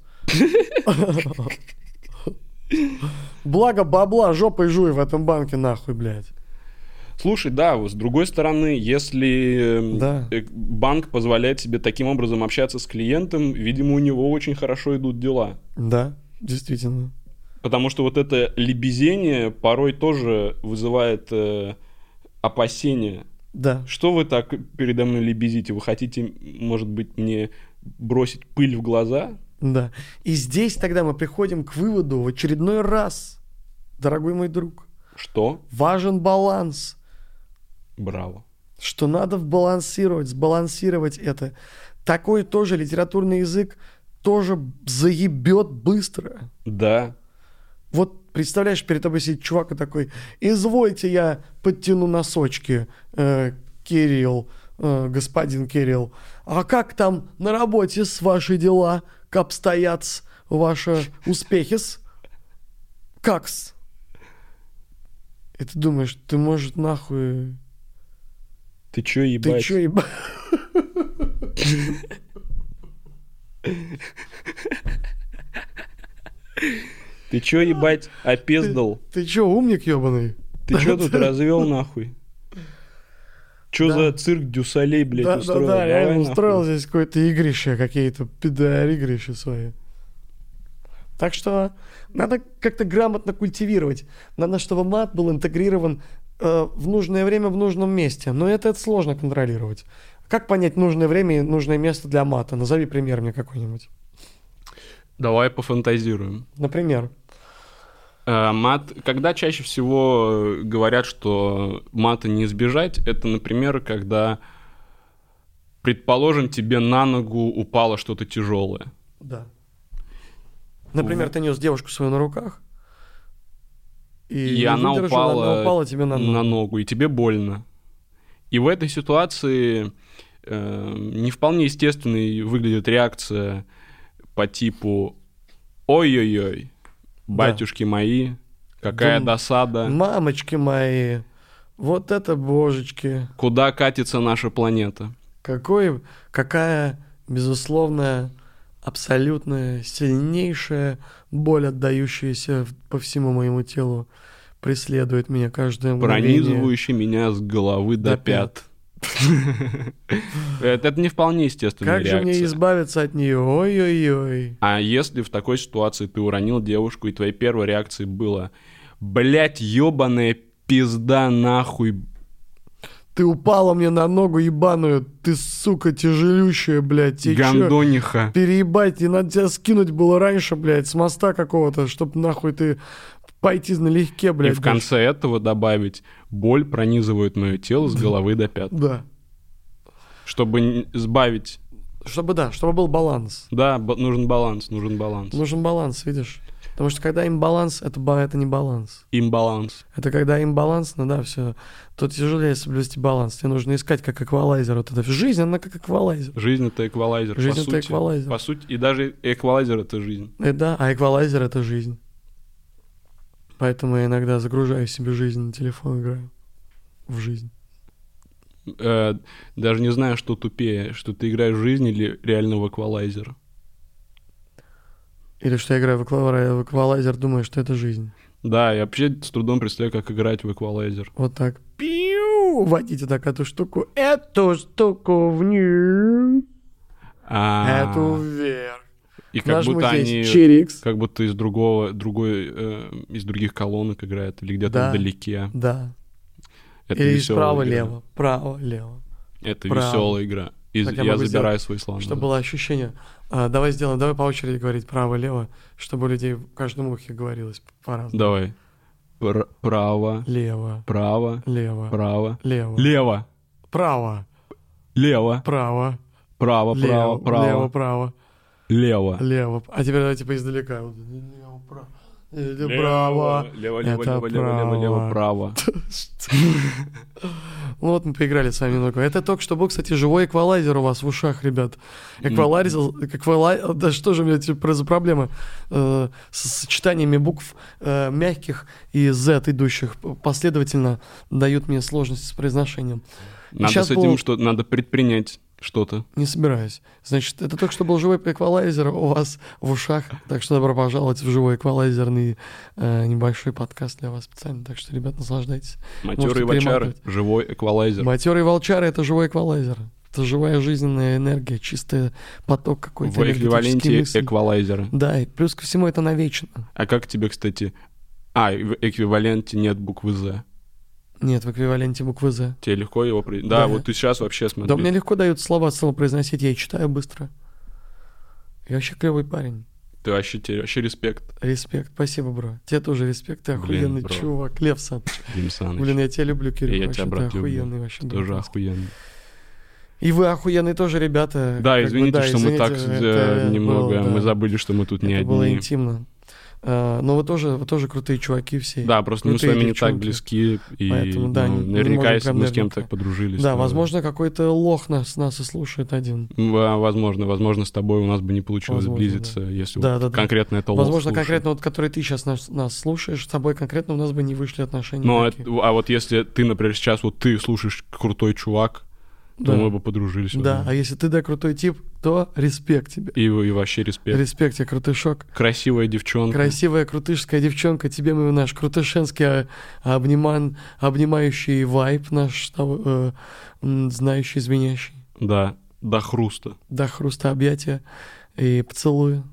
Speaker 3: Благо бабла, жопой жуй в этом банке, нахуй, блядь.
Speaker 1: Слушай, да, вот с другой стороны, если э,
Speaker 3: Да.
Speaker 1: э, банк позволяет себе таким образом общаться с клиентом, видимо, у него очень хорошо идут дела.
Speaker 3: Да, действительно.
Speaker 1: Потому что вот это лебезение порой тоже вызывает э, опасения.
Speaker 3: Да.
Speaker 1: Что вы так передо мной лебезите? Вы хотите, может быть, мне бросить пыль в глаза?
Speaker 3: Да. И здесь тогда мы приходим к выводу в очередной раз, дорогой мой друг,
Speaker 1: Что?
Speaker 3: важен баланс,
Speaker 1: Браво.
Speaker 3: что надо балансировать, сбалансировать это. Такой тоже литературный язык тоже заебет быстро.
Speaker 1: Да.
Speaker 3: Вот представляешь, перед тобой сидит чувак и такой, извольте я подтяну носочки, э, Кирилл, э, господин Кирилл. А как там на работе с ваши дела, как обстоят с ваши успехи с? Какс? И ты думаешь, ты, может, нахуй...
Speaker 1: Ты чё,
Speaker 3: Ты
Speaker 1: ебать?
Speaker 3: чё, еба...
Speaker 1: Ты чё, ебать, опездал?
Speaker 3: Ты чё, умник ебаный?
Speaker 1: Ты чё тут развел нахуй? Чё за цирк Дюсалей, блядь,
Speaker 3: Да, да,
Speaker 1: устроил?
Speaker 3: да,
Speaker 1: Давай
Speaker 3: реально
Speaker 1: нахуй.
Speaker 3: устроил здесь какое-то игрище, какие-то пидоригрища свои. Так что надо как-то грамотно культивировать. Надо, чтобы мат был интегрирован э, в нужное время в нужном месте. Но это, это сложно контролировать. Как понять нужное время и нужное место для мата? Назови пример мне какой-нибудь.
Speaker 1: Давай пофантазируем.
Speaker 3: Например.
Speaker 1: Э, Мат, когда чаще всего э, говорят, что мата не избежать, это, например, когда, предположим, тебе на ногу упало что-то тяжелое.
Speaker 3: Да. Например, ты нес девушку свою на руках. И,
Speaker 1: И
Speaker 3: не
Speaker 1: она
Speaker 3: выдержала,
Speaker 1: упала,
Speaker 3: она упала тебе на ногу.
Speaker 1: ногу, и тебе больно. И в этой ситуации э, не вполне естественной выглядит реакция по типу «Ой-ой-ой, батюшки мои, какая
Speaker 3: Дум-
Speaker 1: досада».
Speaker 3: Мамочки мои, вот это божечки.
Speaker 1: Куда катится наша планета?
Speaker 3: Какой, какая, безусловно, абсолютная, сильнейшая боль, отдающаяся в- по всему моему телу, преследует меня каждое мгновение.
Speaker 1: пронизывающий меня с головы до
Speaker 3: До
Speaker 1: пят. Это это не вполне естественная
Speaker 3: Как же мне
Speaker 1: реакция.
Speaker 3: избавиться от нее? Ой-ой-ой.
Speaker 1: А если в такой ситуации ты уронил девушку, и твоей первой реакцией было «Блядь, ёбаная пизда нахуй!»
Speaker 3: Ты упала мне на ногу ебаную, ты, сука, тяжелющая, блядь. Тебе чё,
Speaker 1: Гандониха.
Speaker 3: Переебать, не надо тебя скинуть было раньше, блядь, с моста какого-то, чтоб нахуй ты пойти налегке,
Speaker 1: И
Speaker 3: блядь.
Speaker 1: в конце этого добавить «Боль пронизывает мое тело с головы до пят».
Speaker 3: Да.
Speaker 1: Чтобы н- сбавить...
Speaker 3: Чтобы, да, чтобы был баланс.
Speaker 1: Да, б- нужен баланс, нужен баланс.
Speaker 3: Нужен баланс, видишь? Потому что когда им баланс, это, ба- это не баланс.
Speaker 1: Имбаланс.
Speaker 3: Это когда им баланс, ну да, все, то тяжелее соблюсти баланс. Тебе нужно искать как эквалайзер. Вот это жизнь, она как эквалайзер.
Speaker 1: Жизнь — это эквалайзер,
Speaker 3: Жизнь
Speaker 1: по
Speaker 3: это
Speaker 1: сути.
Speaker 3: эквалайзер.
Speaker 1: По сути, и даже эквалайзер — это жизнь.
Speaker 3: И да, а эквалайзер это жизнь. Поэтому я иногда загружаю себе жизнь на телефон, играю в жизнь.
Speaker 1: Э, даже не знаю, что тупее, что ты играешь в жизнь или реально в эквалайзер.
Speaker 3: Или что я играю в эквалайзер, в эквалайзер думаю, что это жизнь.
Speaker 1: Да, я вообще с трудом представляю, как играть в эквалайзер.
Speaker 3: Вот так. Пиу! Водите так эту штуку. Эту штуку вниз.
Speaker 1: А,
Speaker 3: Эту вверх.
Speaker 1: И как
Speaker 3: Нажму
Speaker 1: будто
Speaker 3: здесь
Speaker 1: они...
Speaker 3: Чирикс.
Speaker 1: Как будто из другого, другой, э, из других колонок играет, или где-то
Speaker 3: Да.
Speaker 1: вдалеке.
Speaker 3: Да.
Speaker 1: Это
Speaker 3: Или
Speaker 1: весёлая игра.
Speaker 3: справа-лево. Право-лево.
Speaker 1: Это
Speaker 3: Право.
Speaker 1: веселая игра. Из-
Speaker 3: Так я
Speaker 1: я
Speaker 3: могу
Speaker 1: забираю свой слон.
Speaker 3: Чтобы было ощущение. А, давай сделаем, давай по очереди говорить право-лево, чтобы у людей в каждом ухе говорилось по-разному.
Speaker 1: Давай. Пр- право,
Speaker 3: Лево,
Speaker 1: право,
Speaker 3: лево,
Speaker 1: право.
Speaker 3: лево,
Speaker 1: Лево,
Speaker 3: право,
Speaker 1: лево,
Speaker 3: право,
Speaker 1: право, право,
Speaker 3: лево, лево,
Speaker 1: право,
Speaker 3: право,
Speaker 1: лево.
Speaker 3: лево. А теперь давайте типа издалека. Вот. Лево, право. Или право.
Speaker 1: лево,
Speaker 3: лево, Это лево, лево, лево,
Speaker 1: лево,
Speaker 3: лево,
Speaker 1: право.
Speaker 3: Ну вот мы поиграли с вами немного. Это только что был, кстати, живой эквалайзер у вас в ушах, ребят. Эквалайзер... эквалай- Да что же у меня теперь за проблемы э, с сочетаниями букв э, мягких и Z идущих последовательно дают мне сложности с произношением.
Speaker 1: Надо
Speaker 3: Сейчас
Speaker 1: с этим
Speaker 3: был-
Speaker 1: что надо предпринять что-то.
Speaker 3: Не собираюсь. Значит, это только что был живой эквалайзер у вас в ушах. Так что добро пожаловать в живой эквалайзерный э, небольшой подкаст для вас специально. Так что, ребят, наслаждайтесь. Можете
Speaker 1: Матерый вачары,
Speaker 3: перематывать.
Speaker 1: живой эквалайзер.
Speaker 3: Матерый волчары это живой эквалайзер. Это живая жизненная энергия, чистый поток какой-то.
Speaker 1: В эквиваленте
Speaker 3: энергетический мысли.
Speaker 1: эквалайзера.
Speaker 3: Да, и плюс ко всему это навечно.
Speaker 1: А как тебе, кстати... А, и в эквиваленте нет буквы «З».
Speaker 3: Нет, в эквиваленте буквы «З».
Speaker 1: Тебе легко его... при- Да,
Speaker 3: Да.
Speaker 1: вот ты сейчас вообще смотри.
Speaker 3: Да, мне легко дают слова цело произносить, я и читаю быстро. Я вообще клевый парень.
Speaker 1: Ты вообще, тебе вообще респект,
Speaker 3: Респект, спасибо, бро. Тебе тоже респект, ты
Speaker 1: Блин,
Speaker 3: охуенный
Speaker 1: бро.
Speaker 3: чувак, Лев Саныч.
Speaker 1: Дим Саныч.
Speaker 3: Блин, я тебя люблю, Кирилл.
Speaker 1: И я
Speaker 3: вообще,
Speaker 1: тебя, брат,
Speaker 3: ты
Speaker 1: люблю.
Speaker 3: охуенный вообще.
Speaker 1: Ты тоже
Speaker 3: друг.
Speaker 1: охуенно.
Speaker 3: И вы охуенные тоже, ребята.
Speaker 1: Да,
Speaker 3: Как бы,
Speaker 1: извините, что мы
Speaker 3: извините,
Speaker 1: так э,
Speaker 3: это
Speaker 1: немного...
Speaker 3: было, да.
Speaker 1: Мы забыли, что мы тут не
Speaker 3: Это было
Speaker 1: одни.
Speaker 3: интимно. А, Но вы тоже, вы тоже крутые чуваки все.
Speaker 1: Да, просто мы с
Speaker 3: крутые
Speaker 1: вами не так
Speaker 3: девчонки.
Speaker 1: близки, и
Speaker 3: Поэтому, да,
Speaker 1: ну,
Speaker 3: не- не
Speaker 1: наверняка,
Speaker 3: можем
Speaker 1: если
Speaker 3: прям
Speaker 1: мы с кем-то
Speaker 3: наверняка.
Speaker 1: так подружились.
Speaker 3: Да,
Speaker 1: то-
Speaker 3: возможно, какой-то лох нас, нас и слушает один.
Speaker 1: М, а, Возможно, возможно, с тобой у нас бы не получилось
Speaker 3: Возможно,
Speaker 1: близиться, если
Speaker 3: Да,
Speaker 1: вот
Speaker 3: да, да.
Speaker 1: конкретно это лох
Speaker 3: Возможно,
Speaker 1: слушает.
Speaker 3: конкретно вот, который ты сейчас нас, нас слушаешь, с тобой конкретно у нас бы не вышли отношения.
Speaker 1: Но
Speaker 3: никакие.
Speaker 1: это- а вот если ты, например, сейчас вот ты слушаешь крутой чувак,
Speaker 3: да.
Speaker 1: то мы бы подружились.
Speaker 3: Да,
Speaker 1: возможно.
Speaker 3: а если ты, да, крутой тип, то респект тебе.
Speaker 1: И, и вообще респект.
Speaker 3: Респект тебе, крутышок.
Speaker 1: Красивая девчонка.
Speaker 3: Красивая крутышская девчонка, тебе мы наш крутышенский а, обниман, обнимающий вайп наш, с тобой, э, м, знающий, изменяющий.
Speaker 1: Да, до хруста.
Speaker 3: До хруста объятия и поцелуя.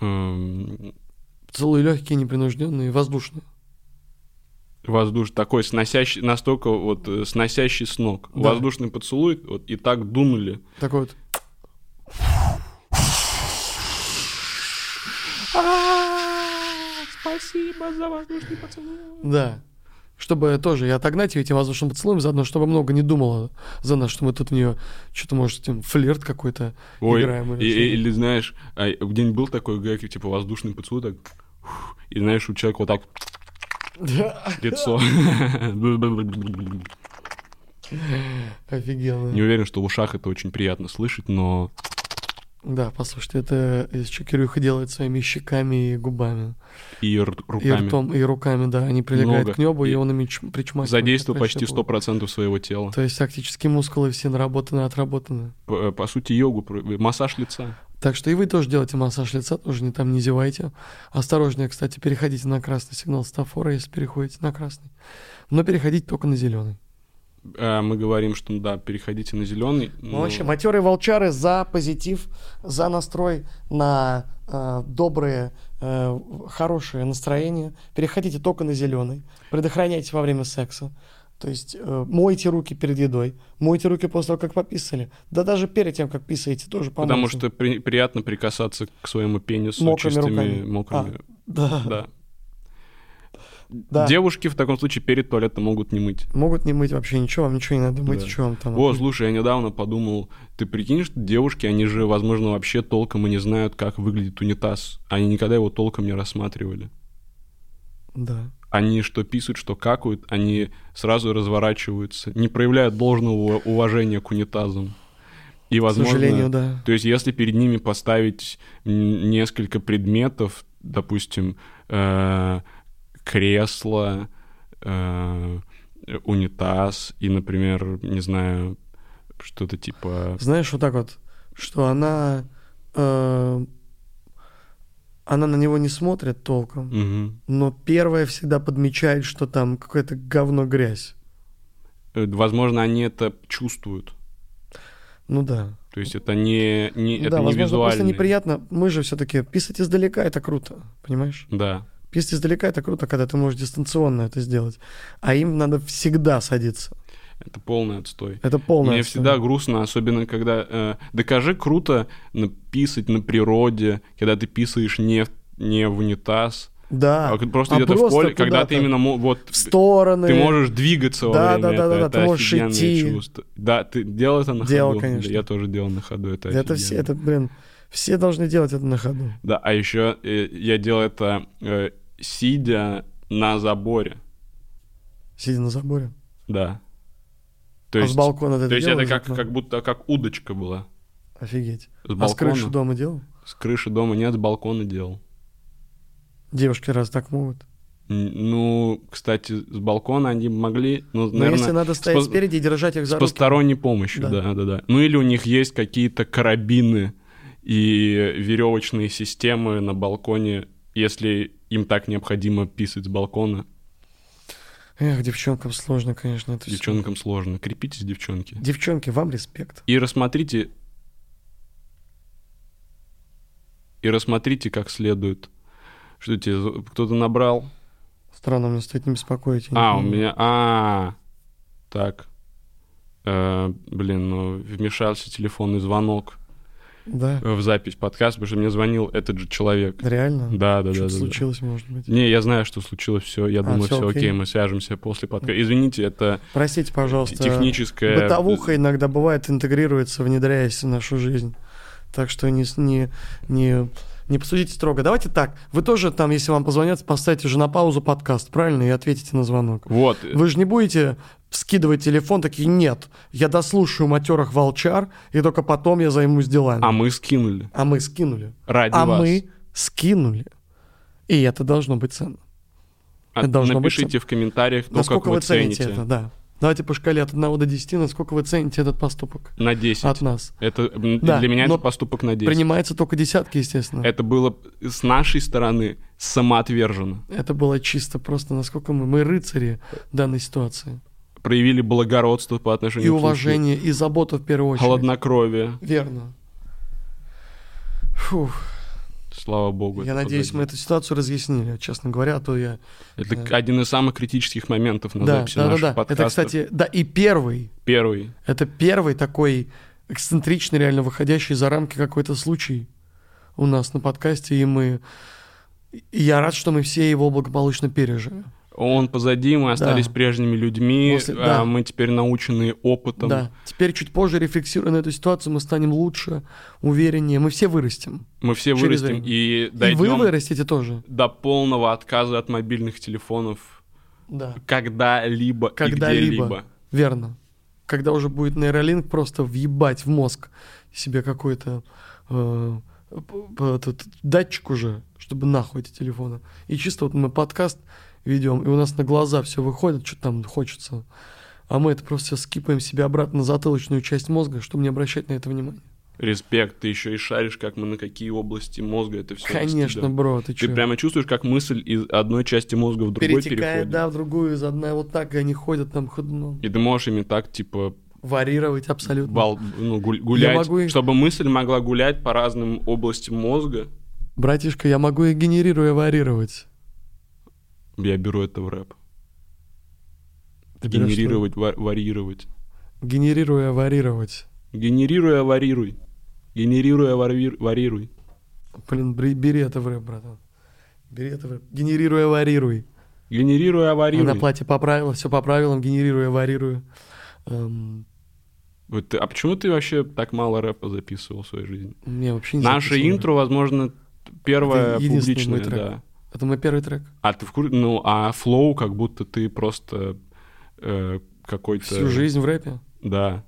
Speaker 1: Эм,
Speaker 3: Поцелуи легкие, непринужденные, воздушные.
Speaker 1: воздуш такой сносящий, настолько вот э, сносящий с ног.
Speaker 3: Да.
Speaker 1: Воздушный поцелуй, вот и так дунули.
Speaker 3: Такой вот.
Speaker 1: Спасибо за воздушный поцелуй.
Speaker 3: Да. Чтобы тоже и отогнать ее этим воздушным поцелуем, заодно, чтобы много не думала за нас, что мы тут в нее что-то, может, тем флирт какой-то
Speaker 1: Ой,
Speaker 3: играем.
Speaker 1: и- и-
Speaker 3: что-то.
Speaker 1: или знаешь, а, где-нибудь был такой гэг, типа воздушный поцелуй, так, фух, и знаешь, у человека вот так лицо.
Speaker 3: Офигенно.
Speaker 1: Не уверен, что в ушах это очень приятно слышать, но
Speaker 3: Да, послушайте, это еще Кирюха делает своими щеками и губами.
Speaker 1: и р-
Speaker 3: И
Speaker 1: руками.
Speaker 3: ртом, и руками, да. Они прилегают
Speaker 1: Много.
Speaker 3: к небу, и,
Speaker 1: И
Speaker 3: он ими чм- причмакивает.
Speaker 1: Задействовал
Speaker 3: как
Speaker 1: почти
Speaker 3: раньше было.
Speaker 1: 100% своего тела.
Speaker 3: То есть тактические мускулы все наработаны, отработаны.
Speaker 1: П- э, По сути, йогу, про- э, массаж лица.
Speaker 3: Так что и вы тоже делайте массаж лица, тоже не там не зевайте. Осторожнее, кстати, переходите на красный сигнал стафора, если переходите на красный. Но переходите только на зеленый.
Speaker 1: э, мы говорим, что да, переходите на зеленый.
Speaker 3: Мы Ну, вообще матерые волчары за позитив, за настрой на э, добрые, э, хорошее настроение. Переходите только на зеленый. Предохраняйте во время секса. То есть э, мойте руки перед едой, мойте руки после того, как пописали. Да даже перед тем, как писаете, тоже помойте.
Speaker 1: Потому что при- приятно прикасаться к своему пенису
Speaker 3: Мокрыми
Speaker 1: чистыми,
Speaker 3: руками. А,
Speaker 1: мокрыми.
Speaker 3: Да,
Speaker 1: Да.
Speaker 3: да.
Speaker 1: Девушки в таком случае перед туалетом могут не мыть.
Speaker 3: Могут не мыть вообще ничего, вам ничего не надо мыть,
Speaker 1: Да.
Speaker 3: что вам там.
Speaker 1: О, слушай, я недавно подумал, ты прикинь, что девушки, они же, возможно, вообще толком и не знают, как выглядит унитаз. Они никогда его толком не рассматривали.
Speaker 3: Да.
Speaker 1: Они что писают, что какают, они сразу разворачиваются, не проявляют должного уважения к унитазам. И, возможно,
Speaker 3: К сожалению, да.
Speaker 1: То есть, если перед ними поставить м, несколько предметов, допустим, э, кресло, э, унитаз и, например, не знаю, что-то типа...
Speaker 3: Знаешь, вот так вот, что она... э, она на него не смотрит толком,
Speaker 1: Мгм.
Speaker 3: но первая всегда подмечает, что там какое-то говно грязь.
Speaker 1: Э, Возможно, они это чувствуют.
Speaker 3: Ну да.
Speaker 1: То есть это не, не,
Speaker 3: Ну
Speaker 1: это
Speaker 3: да,
Speaker 1: не
Speaker 3: возможно,
Speaker 1: визуально.
Speaker 3: просто неприятно. Мы же все-таки писать издалека это круто, понимаешь?
Speaker 1: Да.
Speaker 3: Писать издалека это круто, когда ты можешь дистанционно это сделать. А им надо всегда садиться.
Speaker 1: Это полный отстой.
Speaker 3: Это полное.
Speaker 1: Мне
Speaker 3: отстой.
Speaker 1: всегда грустно, особенно когда... э, докажи, круто на- писать на природе, когда ты писаешь не, в- не в унитаз,
Speaker 3: Да.
Speaker 1: А просто
Speaker 3: А
Speaker 1: где-то в
Speaker 3: просто
Speaker 1: поле, когда ты
Speaker 3: куда-то.
Speaker 1: именно мо- вот
Speaker 3: в стороны.
Speaker 1: ты можешь двигаться во
Speaker 3: Да,
Speaker 1: время
Speaker 3: да, да,
Speaker 1: этого,
Speaker 3: да, да,
Speaker 1: это
Speaker 3: ты можешь
Speaker 1: офигенное
Speaker 3: идти.
Speaker 1: чувство. Да, ты делал это на
Speaker 3: Делал,
Speaker 1: ходу.
Speaker 3: конечно.
Speaker 1: Я тоже делал на ходу, это
Speaker 3: Это все,
Speaker 1: офигенно.
Speaker 3: это, блин, все должны делать это на ходу.
Speaker 1: Да, а еще э, я делал это э, сидя на заборе,
Speaker 3: Сидя на заборе.
Speaker 1: да. То
Speaker 3: а
Speaker 1: есть,
Speaker 3: с балкона ты
Speaker 1: то есть
Speaker 3: делал
Speaker 1: это
Speaker 3: из
Speaker 1: как,
Speaker 3: окна?
Speaker 1: как будто как удочка была.
Speaker 3: Офигеть.
Speaker 1: С балкона.
Speaker 3: А с крыши дома делал?
Speaker 1: С крыши дома нет, с балкона делал.
Speaker 3: Девушки раз так могут.
Speaker 1: М, Ну, кстати, с балкона они могли, ну,
Speaker 3: Но
Speaker 1: наверное,
Speaker 3: если надо стоять
Speaker 1: спо-
Speaker 3: спереди и держать их
Speaker 1: С
Speaker 3: за руки.
Speaker 1: посторонней помощью,
Speaker 3: Да.
Speaker 1: да. да, да, Ну или у них есть какие-то карабины и веревочные системы на балконе, если им так необходимо писать с балкона.
Speaker 3: Эх, девчонкам сложно, конечно, это всё.
Speaker 1: Девчонкам сложно. Крепитесь, девчонки.
Speaker 3: Девчонки, вам респект.
Speaker 1: И рассмотрите... И рассмотрите как следует. Что тебе, за- кто-то набрал?
Speaker 3: Странно, мне стоит не беспокоить. я не
Speaker 1: А, у
Speaker 3: понимаю.
Speaker 1: меня... а Так. Э, блин, ну, вмешался телефонный звонок.
Speaker 3: Да,
Speaker 1: в запись подкаста, потому что мне звонил этот же человек.
Speaker 3: Да реально?
Speaker 1: Да, да, да.
Speaker 3: Что-то
Speaker 1: да, да.
Speaker 3: случилось, может быть.
Speaker 1: Не, я знаю, что случилось, все. Я
Speaker 3: А,
Speaker 1: думаю,
Speaker 3: всё
Speaker 1: все окей,
Speaker 3: окей.
Speaker 1: мы свяжемся после подкаста. Извините, это
Speaker 3: Простите, пожалуйста.
Speaker 1: техническое.
Speaker 3: Бытовуха иногда бывает интегрируется, внедряясь в нашу жизнь. Так что не, с- не, не, не посудите строго. Давайте так. Вы тоже там, если вам позвонят, поставите же на паузу подкаст, правильно? И ответите на звонок.
Speaker 1: Вот.
Speaker 3: Вы же не будете скидывать телефон, такие, нет, я дослушаю матерых волчар, и только потом я займусь делами.
Speaker 1: А мы скинули.
Speaker 3: А мы скинули.
Speaker 1: Ради
Speaker 3: А
Speaker 1: вас.
Speaker 3: мы скинули. И это должно быть ценно.
Speaker 1: А
Speaker 3: это должно быть
Speaker 1: Напишите в комментариях, то, Ну, как
Speaker 3: Насколько
Speaker 1: вы
Speaker 3: вы цените
Speaker 1: цените.
Speaker 3: это, да. Давайте по шкале от 1 до 10, насколько вы цените этот поступок
Speaker 1: На 10.
Speaker 3: от нас.
Speaker 1: Это м,
Speaker 3: А, Да,
Speaker 1: для меня
Speaker 3: но
Speaker 1: это поступок на 10.
Speaker 3: Принимается только десятки, естественно.
Speaker 1: Это было с нашей стороны самоотверженно.
Speaker 3: Это было чисто просто, насколько мы, мы рыцари данной
Speaker 1: Ну,
Speaker 3: ситуации.
Speaker 1: Проявили благородство по отношению
Speaker 3: И
Speaker 1: к слушателю.
Speaker 3: уважение, и заботу в первую очередь.
Speaker 1: Холоднокровие.
Speaker 3: Верно. Фух,
Speaker 1: Слава богу.
Speaker 3: я
Speaker 1: это
Speaker 3: надеюсь,
Speaker 1: позади.
Speaker 3: мы эту ситуацию разъяснили, честно говоря, а то я...
Speaker 1: Это
Speaker 3: Да.
Speaker 1: к- один из самых критических моментов на
Speaker 3: да,
Speaker 1: записи
Speaker 3: да,
Speaker 1: наших
Speaker 3: да, да. Это,
Speaker 1: подкастов.
Speaker 3: кстати, да, и первый,
Speaker 1: Первый.
Speaker 3: это первый такой эксцентричный, реально выходящий за рамки какой-то случай у нас на подкасте, и мы... И я рад, что мы все его благополучно пережили.
Speaker 1: Он позади, мы остались
Speaker 3: Да.
Speaker 1: прежними людьми,
Speaker 3: После-
Speaker 1: а
Speaker 3: да.
Speaker 1: мы теперь научены опытом.
Speaker 3: Да. Теперь чуть позже, рефлексируя на эту ситуацию, мы станем лучше, увереннее. Мы все вырастем.
Speaker 1: Мы все
Speaker 3: Через
Speaker 1: вырастем
Speaker 3: время.
Speaker 1: и
Speaker 3: И вы
Speaker 1: дойдем
Speaker 3: вырастете тоже.
Speaker 1: до полного отказа от мобильных телефонов
Speaker 3: Да.
Speaker 1: когда-либо и
Speaker 3: Когда-либо.
Speaker 1: где-либо.
Speaker 3: Верно. Когда уже будет нейролинк, просто въебать в мозг себе какой-то э, п- п- этот датчик уже, чтобы нахуй эти телефоны. И чисто вот мы подкаст ведем, и у нас на глаза все выходит, что там хочется. А мы это просто скипаем себе обратно на затылочную часть мозга, чтобы не обращать на это внимания.
Speaker 1: Респект, ты еще и шаришь, как мы на какие области мозга это все
Speaker 3: Конечно, бро, ты
Speaker 1: Ты
Speaker 3: чё?
Speaker 1: прямо чувствуешь, как мысль из одной части мозга в другой
Speaker 3: Перетекает,
Speaker 1: переходит.
Speaker 3: да, в другую, из одной вот так, и они ходят там ходуном.
Speaker 1: И ты можешь ими так, типа,
Speaker 3: Варьировать абсолютно.
Speaker 1: бал, ну, гуль- гулять,
Speaker 3: могу и-
Speaker 1: чтобы мысль могла гулять по разным областям мозга.
Speaker 3: Братишка, я могу их генерируя варьировать.
Speaker 1: Я беру это в рэп.
Speaker 3: Ты берёшь
Speaker 1: Генерировать, ва- варьировать.
Speaker 3: что? Генерируя варьировать.
Speaker 1: Генерируя, варьируй. Генерируя, варви- варьируй.
Speaker 3: Блин, бри- бери это в рэп, братан. Бери это в рэп. Генерируя варьируй.
Speaker 1: Генерируя,
Speaker 3: Она
Speaker 1: варьируй.
Speaker 3: платье по правилам, все по правилам, генерируя варьирую. Эм,
Speaker 1: Вот ты- а почему ты вообще так мало рэпа записывал в своей жизни?
Speaker 3: мне вообще не
Speaker 1: Наше
Speaker 3: записано.
Speaker 1: интро, возможно, первое
Speaker 3: Это единственный
Speaker 1: публичное,
Speaker 3: мой трек.
Speaker 1: да.
Speaker 3: Это мой первый трек.
Speaker 1: А ты в кур- Ну, а флоу, как будто ты просто э, какой-то...
Speaker 3: Всю жизнь в рэпе.
Speaker 1: Да.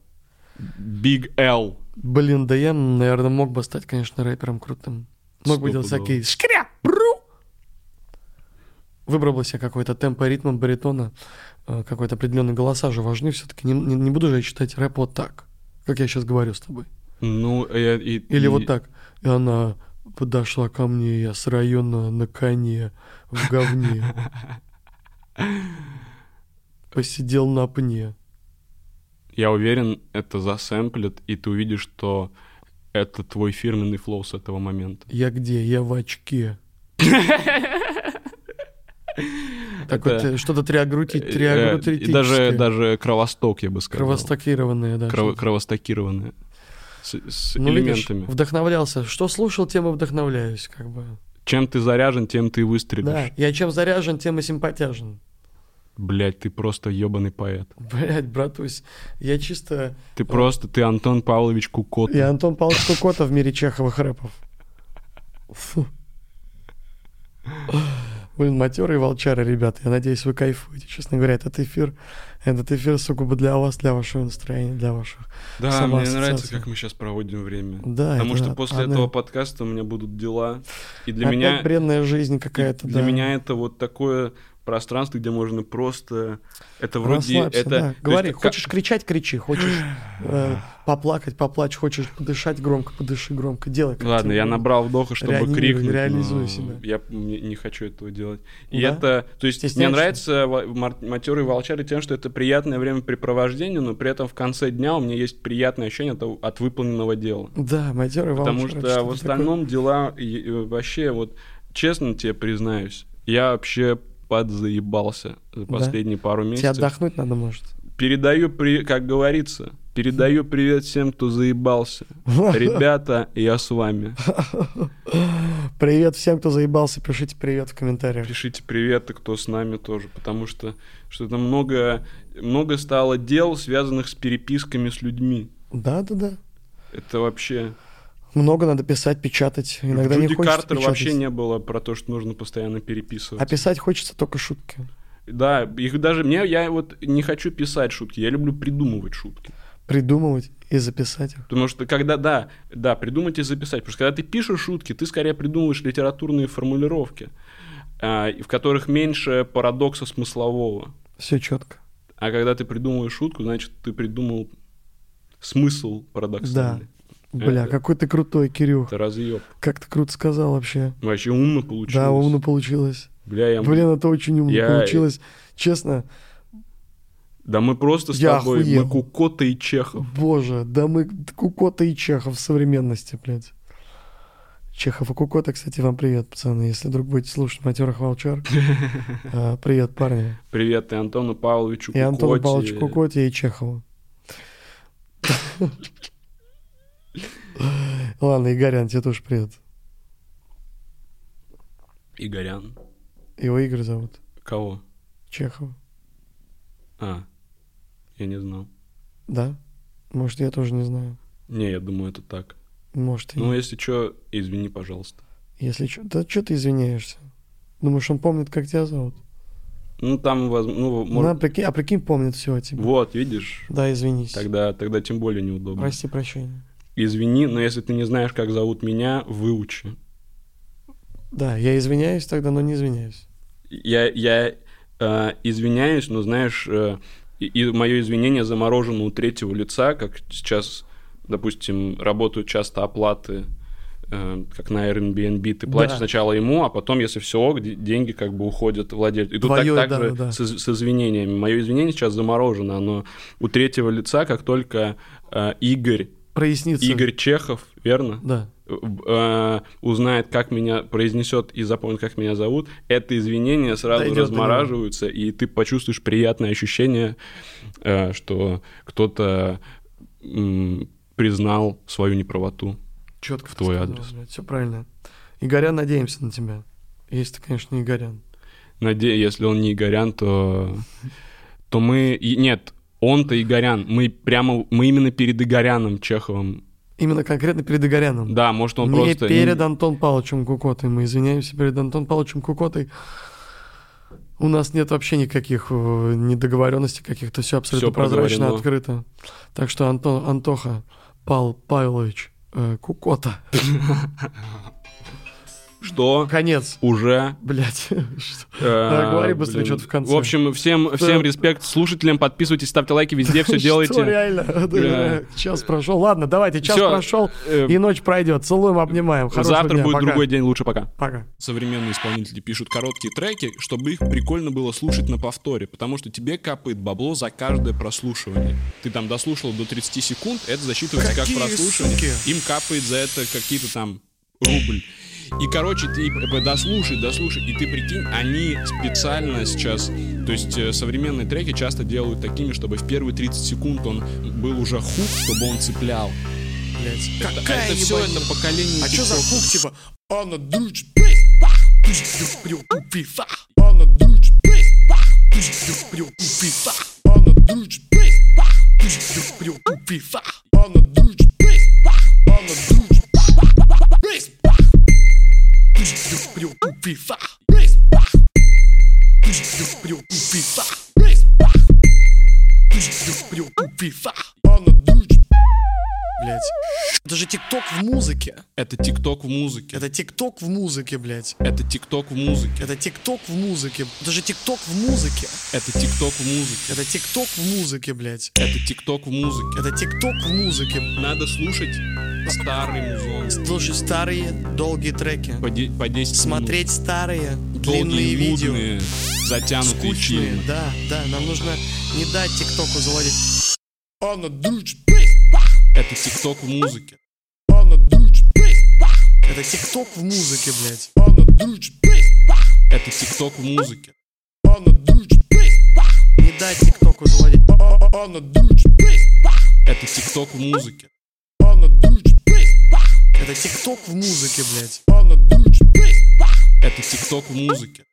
Speaker 1: Big L.
Speaker 3: Блин, да я, наверное, мог бы стать, конечно, рэпером крутым. Мог бы делать
Speaker 1: Стопудово.
Speaker 3: всякие шкря, бру. Выбрал бы себе какой-то темп и ритм баритона. э, Какой-то определенный голоса же важны все-таки. Не, не- не буду же я читать рэп вот так, как я сейчас говорю с тобой.
Speaker 1: Ну, э, и-
Speaker 3: Или
Speaker 1: и-
Speaker 3: вот так. И она подошла ко мне, я с района на коне, в говне. Посидел на пне.
Speaker 1: Я уверен, это засэмплят, и ты увидишь, что это твой фирменный флоу с этого момента.
Speaker 3: Я где? Я в очке. Так вот,
Speaker 1: Это-
Speaker 3: э, что-то триагрутить,
Speaker 1: Э, э, и даже,
Speaker 3: триагрутитическое.
Speaker 1: даже кровосток, я бы сказал.
Speaker 3: Кровостокированное, да.
Speaker 1: Крово-
Speaker 3: что-то.
Speaker 1: кровостокированные. С, с
Speaker 3: Ну, видишь,
Speaker 1: элементами.
Speaker 3: вдохновлялся. Что слушал, тем и вдохновляюсь, как бы.
Speaker 1: Чем ты заряжен, тем ты и
Speaker 3: Да,
Speaker 1: выстрелишь.
Speaker 3: я чем заряжен, тем и симпатяжен.
Speaker 1: Блять, ты просто ебаный поэт.
Speaker 3: Блять, братусь, я чисто...
Speaker 1: Ты просто, ты Антон Павлович Кукот.
Speaker 3: Я Антон Павлович Кукота в мире чеховых рэпов. Фу. Блин, матерые волчары, ребята. Я надеюсь, вы кайфуете. Честно говоря, этот эфир, этот эфир сугубо для вас, для вашего настроения, для ваших.
Speaker 1: Да,
Speaker 3: Сама
Speaker 1: мне нравится,
Speaker 3: ассоциация.
Speaker 1: как мы сейчас проводим время.
Speaker 3: Да,
Speaker 1: Потому
Speaker 3: это
Speaker 1: что после
Speaker 3: она-
Speaker 1: этого подкаста у меня будут дела. И для
Speaker 3: Опять
Speaker 1: меня
Speaker 3: бренная жизнь какая-то.
Speaker 1: для
Speaker 3: да.
Speaker 1: меня это вот такое пространство, где можно просто... Это вроде...
Speaker 3: Расслабься,
Speaker 1: это...
Speaker 3: да.
Speaker 1: то есть
Speaker 3: Говори,
Speaker 1: ка-
Speaker 3: хочешь кричать, кричи, хочешь э, поплакать, поплачь, хочешь подышать громко, подыши громко, делай. как
Speaker 1: Ладно,
Speaker 3: тебе
Speaker 1: я
Speaker 3: удобно.
Speaker 1: набрал вдоха, чтобы
Speaker 3: Реанимируй,
Speaker 1: крикнуть.
Speaker 3: реализуй
Speaker 1: но
Speaker 3: себя.
Speaker 1: Я не, не хочу этого делать. И
Speaker 3: Да?
Speaker 1: это... То есть мне
Speaker 3: Стесняешься?
Speaker 1: нравится ва- мар- матерый волчары тем, что это приятное времяпрепровождение, но при этом в конце дня у меня есть приятное ощущение от, от выполненного дела.
Speaker 3: Да, матерый
Speaker 1: Потому
Speaker 3: волчары,
Speaker 1: что
Speaker 3: что-то
Speaker 1: в
Speaker 3: такое.
Speaker 1: остальном дела и- и вообще вот честно тебе признаюсь, я вообще подзаебался за последние пару
Speaker 3: Тебе
Speaker 1: месяцев.
Speaker 3: отдохнуть надо, может.
Speaker 1: Передаю при, как говорится, передаю привет всем, кто заебался. Ребята, я с вами.
Speaker 3: Привет всем, кто заебался, пишите привет в комментариях.
Speaker 1: Пишите привет, и кто с нами тоже, потому что что-то много, много стало дел, связанных с переписками с людьми.
Speaker 3: Да, да, да.
Speaker 1: Это вообще.
Speaker 3: Много надо писать, печатать. Иногда
Speaker 1: Джуди
Speaker 3: не хочется
Speaker 1: Картер
Speaker 3: печатать.
Speaker 1: вообще не было про то, что нужно постоянно переписывать.
Speaker 3: А писать хочется только шутки.
Speaker 1: Да, их даже мне я вот не хочу писать шутки, я люблю придумывать шутки.
Speaker 3: Придумывать и записать их.
Speaker 1: Потому что когда, да, да, придумать и записать. Потому что когда ты пишешь шутки, ты скорее придумываешь литературные формулировки, а, и в которых меньше парадокса смыслового.
Speaker 3: Все четко.
Speaker 1: А когда ты придумываешь шутку, значит, ты придумал смысл парадоксальный.
Speaker 3: Бля,
Speaker 1: Это-
Speaker 3: какой ты крутой, Кирюх.
Speaker 1: Это разъеб.
Speaker 3: Как ты круто сказал вообще.
Speaker 1: Вообще умно получилось.
Speaker 3: Да, умно получилось.
Speaker 1: Бля, я...
Speaker 3: Блин, это очень умно
Speaker 1: Я-
Speaker 3: получилось. Честно,
Speaker 1: Да мы просто с
Speaker 3: Я
Speaker 1: тобой,
Speaker 3: охуел.
Speaker 1: мы Кукота и Чехов.
Speaker 3: боже, да мы Кукота и Чехов в современности, блядь. Чехов и Кукота, кстати, вам привет, пацаны. Если вдруг будете слушать «Матерых волчар», а, привет, парни.
Speaker 1: Привет и Антону Павловичу
Speaker 3: И Антону
Speaker 1: Кукоте.
Speaker 3: Павловичу Кукоте, и Чехову. Ладно, Игорян, тебе тоже привет.
Speaker 1: Игорян.
Speaker 3: Его Игорь зовут.
Speaker 1: Кого?
Speaker 3: Чехов.
Speaker 1: А, я не знал.
Speaker 3: Да? Может, я тоже не знаю.
Speaker 1: Не, я думаю, это так.
Speaker 3: Может, и...
Speaker 1: Ну, если что, извини, пожалуйста.
Speaker 3: если что... Да что ты извиняешься? Думаешь, он помнит, как тебя зовут?
Speaker 1: Ну, там, воз- ну,
Speaker 3: Ну, а,
Speaker 1: может...
Speaker 3: прикинь, а прикинь, помнит все о тебе.
Speaker 1: Вот, видишь,
Speaker 3: Да, извинись.
Speaker 1: тогда, тогда тем более неудобно.
Speaker 3: Прости прощения.
Speaker 1: Извини, но если ты не знаешь, как зовут меня, выучи.
Speaker 3: Да, я извиняюсь тогда, но не извиняюсь.
Speaker 1: Я, я э, извиняюсь, но, знаешь, э, и, мое извинение заморожено у третьего лица, как сейчас допустим, работают часто оплаты, э, как на Airbnb, ты платишь
Speaker 3: Да.
Speaker 1: сначала ему, а потом, если все ок, де- деньги как бы уходят владельцу. И тут
Speaker 3: Твоё,
Speaker 1: так,
Speaker 3: да,
Speaker 1: так же
Speaker 3: да.
Speaker 1: С, из- с извинениями. Мое извинение сейчас заморожено, оно у третьего лица, как только э, Игорь,
Speaker 3: Прояснится.
Speaker 1: Игорь Чехов, верно?
Speaker 3: Да.
Speaker 1: э, узнает, как меня произнесет и запомнит, как меня зовут, это извинение сразу
Speaker 3: Дойдёт до него.
Speaker 1: размораживаются, и ты почувствуешь приятное ощущение, э, что кто-то м, признал свою неправоту.
Speaker 3: Четко
Speaker 1: В твой адрес.
Speaker 3: Все правильно. Игорян, надеемся на тебя. Если ты, конечно, не Игорян.
Speaker 1: Надеюсь, если он не Игорян, то, то мы... и- Нет, он-то Игорян. Мы прямо... Мы именно перед Игоряном Чеховым.
Speaker 3: Именно конкретно перед Игоряном.
Speaker 1: Да, может, он
Speaker 3: не
Speaker 1: просто...
Speaker 3: перед Антон Павловичем Кукотой. Мы извиняемся перед Антон Павловичем Кукотой. У нас нет вообще никаких э, недоговоренностей каких-то. Все абсолютно
Speaker 1: Всё
Speaker 3: прозрачно,
Speaker 1: проговорено.
Speaker 3: открыто. Так что, Антон, Антоха, Павел Павлович, э, Кукота.
Speaker 1: Что?
Speaker 3: Конец.
Speaker 1: Уже
Speaker 3: Блять.
Speaker 1: Э,
Speaker 3: говори быстрее,
Speaker 1: блин.
Speaker 3: что-то в конце.
Speaker 1: В общем, всем, всем респект слушателям, подписывайтесь, ставьте лайки, везде все
Speaker 3: Что
Speaker 1: делайте.
Speaker 3: реально? э,
Speaker 1: Да.
Speaker 3: Час прошел. Ладно, давайте, час
Speaker 1: Всё,
Speaker 3: прошел,
Speaker 1: э,
Speaker 3: и ночь пройдет. Целуем, обнимаем. Хорошего
Speaker 1: Завтра
Speaker 3: дня.
Speaker 1: будет
Speaker 3: Пока.
Speaker 1: другой день, лучше пока.
Speaker 3: Пока.
Speaker 1: Современные исполнители пишут короткие треки, чтобы их прикольно было слушать на повторе, потому что тебе капает бабло за каждое прослушивание. Ты там дослушал до 30 секунд, это засчитывается
Speaker 3: Какие
Speaker 1: как прослушивание.
Speaker 3: суки!
Speaker 1: Им капает за это какие-то там рубль. И, короче, ты э, дослушай, дослушай, и ты прикинь, они специально сейчас, то есть э, современные треки часто делают такими, чтобы в первые 30 секунд он был уже хук, чтобы он цеплял. Блять, это,
Speaker 4: какая
Speaker 1: все
Speaker 4: ебанина?
Speaker 1: это поколение
Speaker 4: А чё за
Speaker 1: тиктока.
Speaker 4: хук, типа? Она дрючит, пресс, бах, ты ж всё приуту, пизда. Она дрючит, пресс, бах, ты ж всё приуту, пизда. Она дрючит, пресс, бах, ты ж всё приуту, пизда. Она дрючит, пресс, бах, она дрючит, бах, бах, бах, бах, пресс, бах. Ты ж всё приуту, пизда. Пресс, бах. Ты ж всё приуту, пизда. Пресс, бах. Ты ж всё приуту, пизда. Она дрючит. Блять. Это же тикток в музыке.
Speaker 1: Это тикток в музыке.
Speaker 4: Это тикток в музыке, блять.
Speaker 1: Это тикток в музыке.
Speaker 4: Это тикток в музыке. Это же тикток в музыке.
Speaker 1: Это тикток в музыке.
Speaker 4: Это тикток в музыке, блять.
Speaker 1: Это тикток в музыке.
Speaker 4: Это тикток в музыке.
Speaker 1: Надо слушать старый музон.
Speaker 4: Слушать старые долгие треки.
Speaker 1: По, де- по 10 минут.
Speaker 4: Смотреть старые длинные
Speaker 1: долгие,
Speaker 4: видео.
Speaker 1: нудные, затянутые
Speaker 4: Скучные,
Speaker 1: фильмы.
Speaker 4: да, да. Нам нужно не дать тиктоку заводить.
Speaker 1: А,
Speaker 4: Она дрючит, пресс, бах.
Speaker 1: Это тикток в музыке.
Speaker 4: Она дрючит, пресс, бах. Это тикток в музыке, блять. Она дрючит, пресс, бах.
Speaker 1: Это тикток в музыке.
Speaker 4: Она дрючит, пресс, бах. Не дай тиктоку заводить. Она дрючит, пресс, бах.
Speaker 1: Это тикток в музыке.
Speaker 4: Она дрючит, пресс, бах. Это тикток в музыке, блять.
Speaker 1: А,
Speaker 4: Она дрючит, пресс, бах.
Speaker 1: Это тикток в музыке.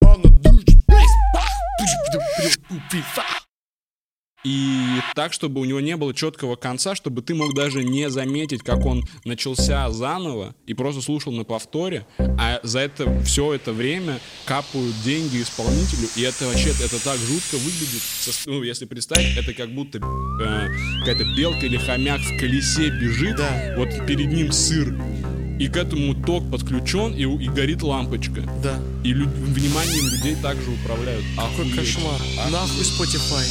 Speaker 4: Она дрючит, пресс, бах. Пи-пи-пи-пи-пи-пи-пи.
Speaker 1: И так, чтобы у него не было четкого конца, чтобы ты мог даже не заметить, как он начался заново и просто слушал на повторе, а за это все это время капают деньги исполнителю, и это вообще это так жутко выглядит. Со- Ну, если представить, это как будто э, какая-то белка или хомяк в колесе бежит,
Speaker 4: Да.
Speaker 1: вот перед ним сыр, и к этому ток подключен, и, у- и горит лампочка.
Speaker 4: Да,
Speaker 1: И лю- вниманием людей также управляют.
Speaker 4: какой
Speaker 1: Охуеть.
Speaker 4: кошмар.
Speaker 1: А-
Speaker 4: Нахуй Spotify.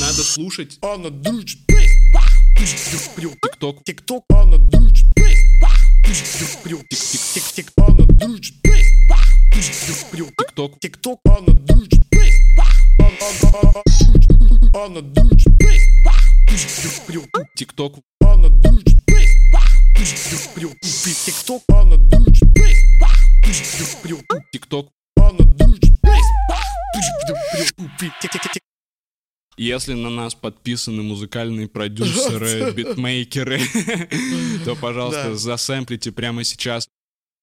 Speaker 1: Надо слушать
Speaker 4: Она дрючит, пресс, бах. Пи-пи-пи-пи-пи.
Speaker 1: ток
Speaker 4: Тикток, она дрючит, пресс, бах. Пи-пи-пи-пи-пи. Тик-тик-тик, она дрючит, пресс, бах. Пи-пи-пи-пи-пи.
Speaker 1: ток
Speaker 4: Тикток, она дрючит, пресс, бах. Она дрючит, пресс, бах. Пи-пи-пи-пи-пи.
Speaker 1: тикток
Speaker 4: Она дрючит, пресс, бах. Пи-пи-пи-пи-пи. Тикток, она дрючит, пресс, бах. Пи-пи-пи-пи-пи.
Speaker 1: тикток
Speaker 4: Она дрючит, пресс, бах. Пи-пи-пи-пи-пи. Тик-тик-тик.
Speaker 1: Если на нас подписаны музыкальные продюсеры, битмейкеры, то, пожалуйста,
Speaker 4: Да.
Speaker 1: засэмплите прямо сейчас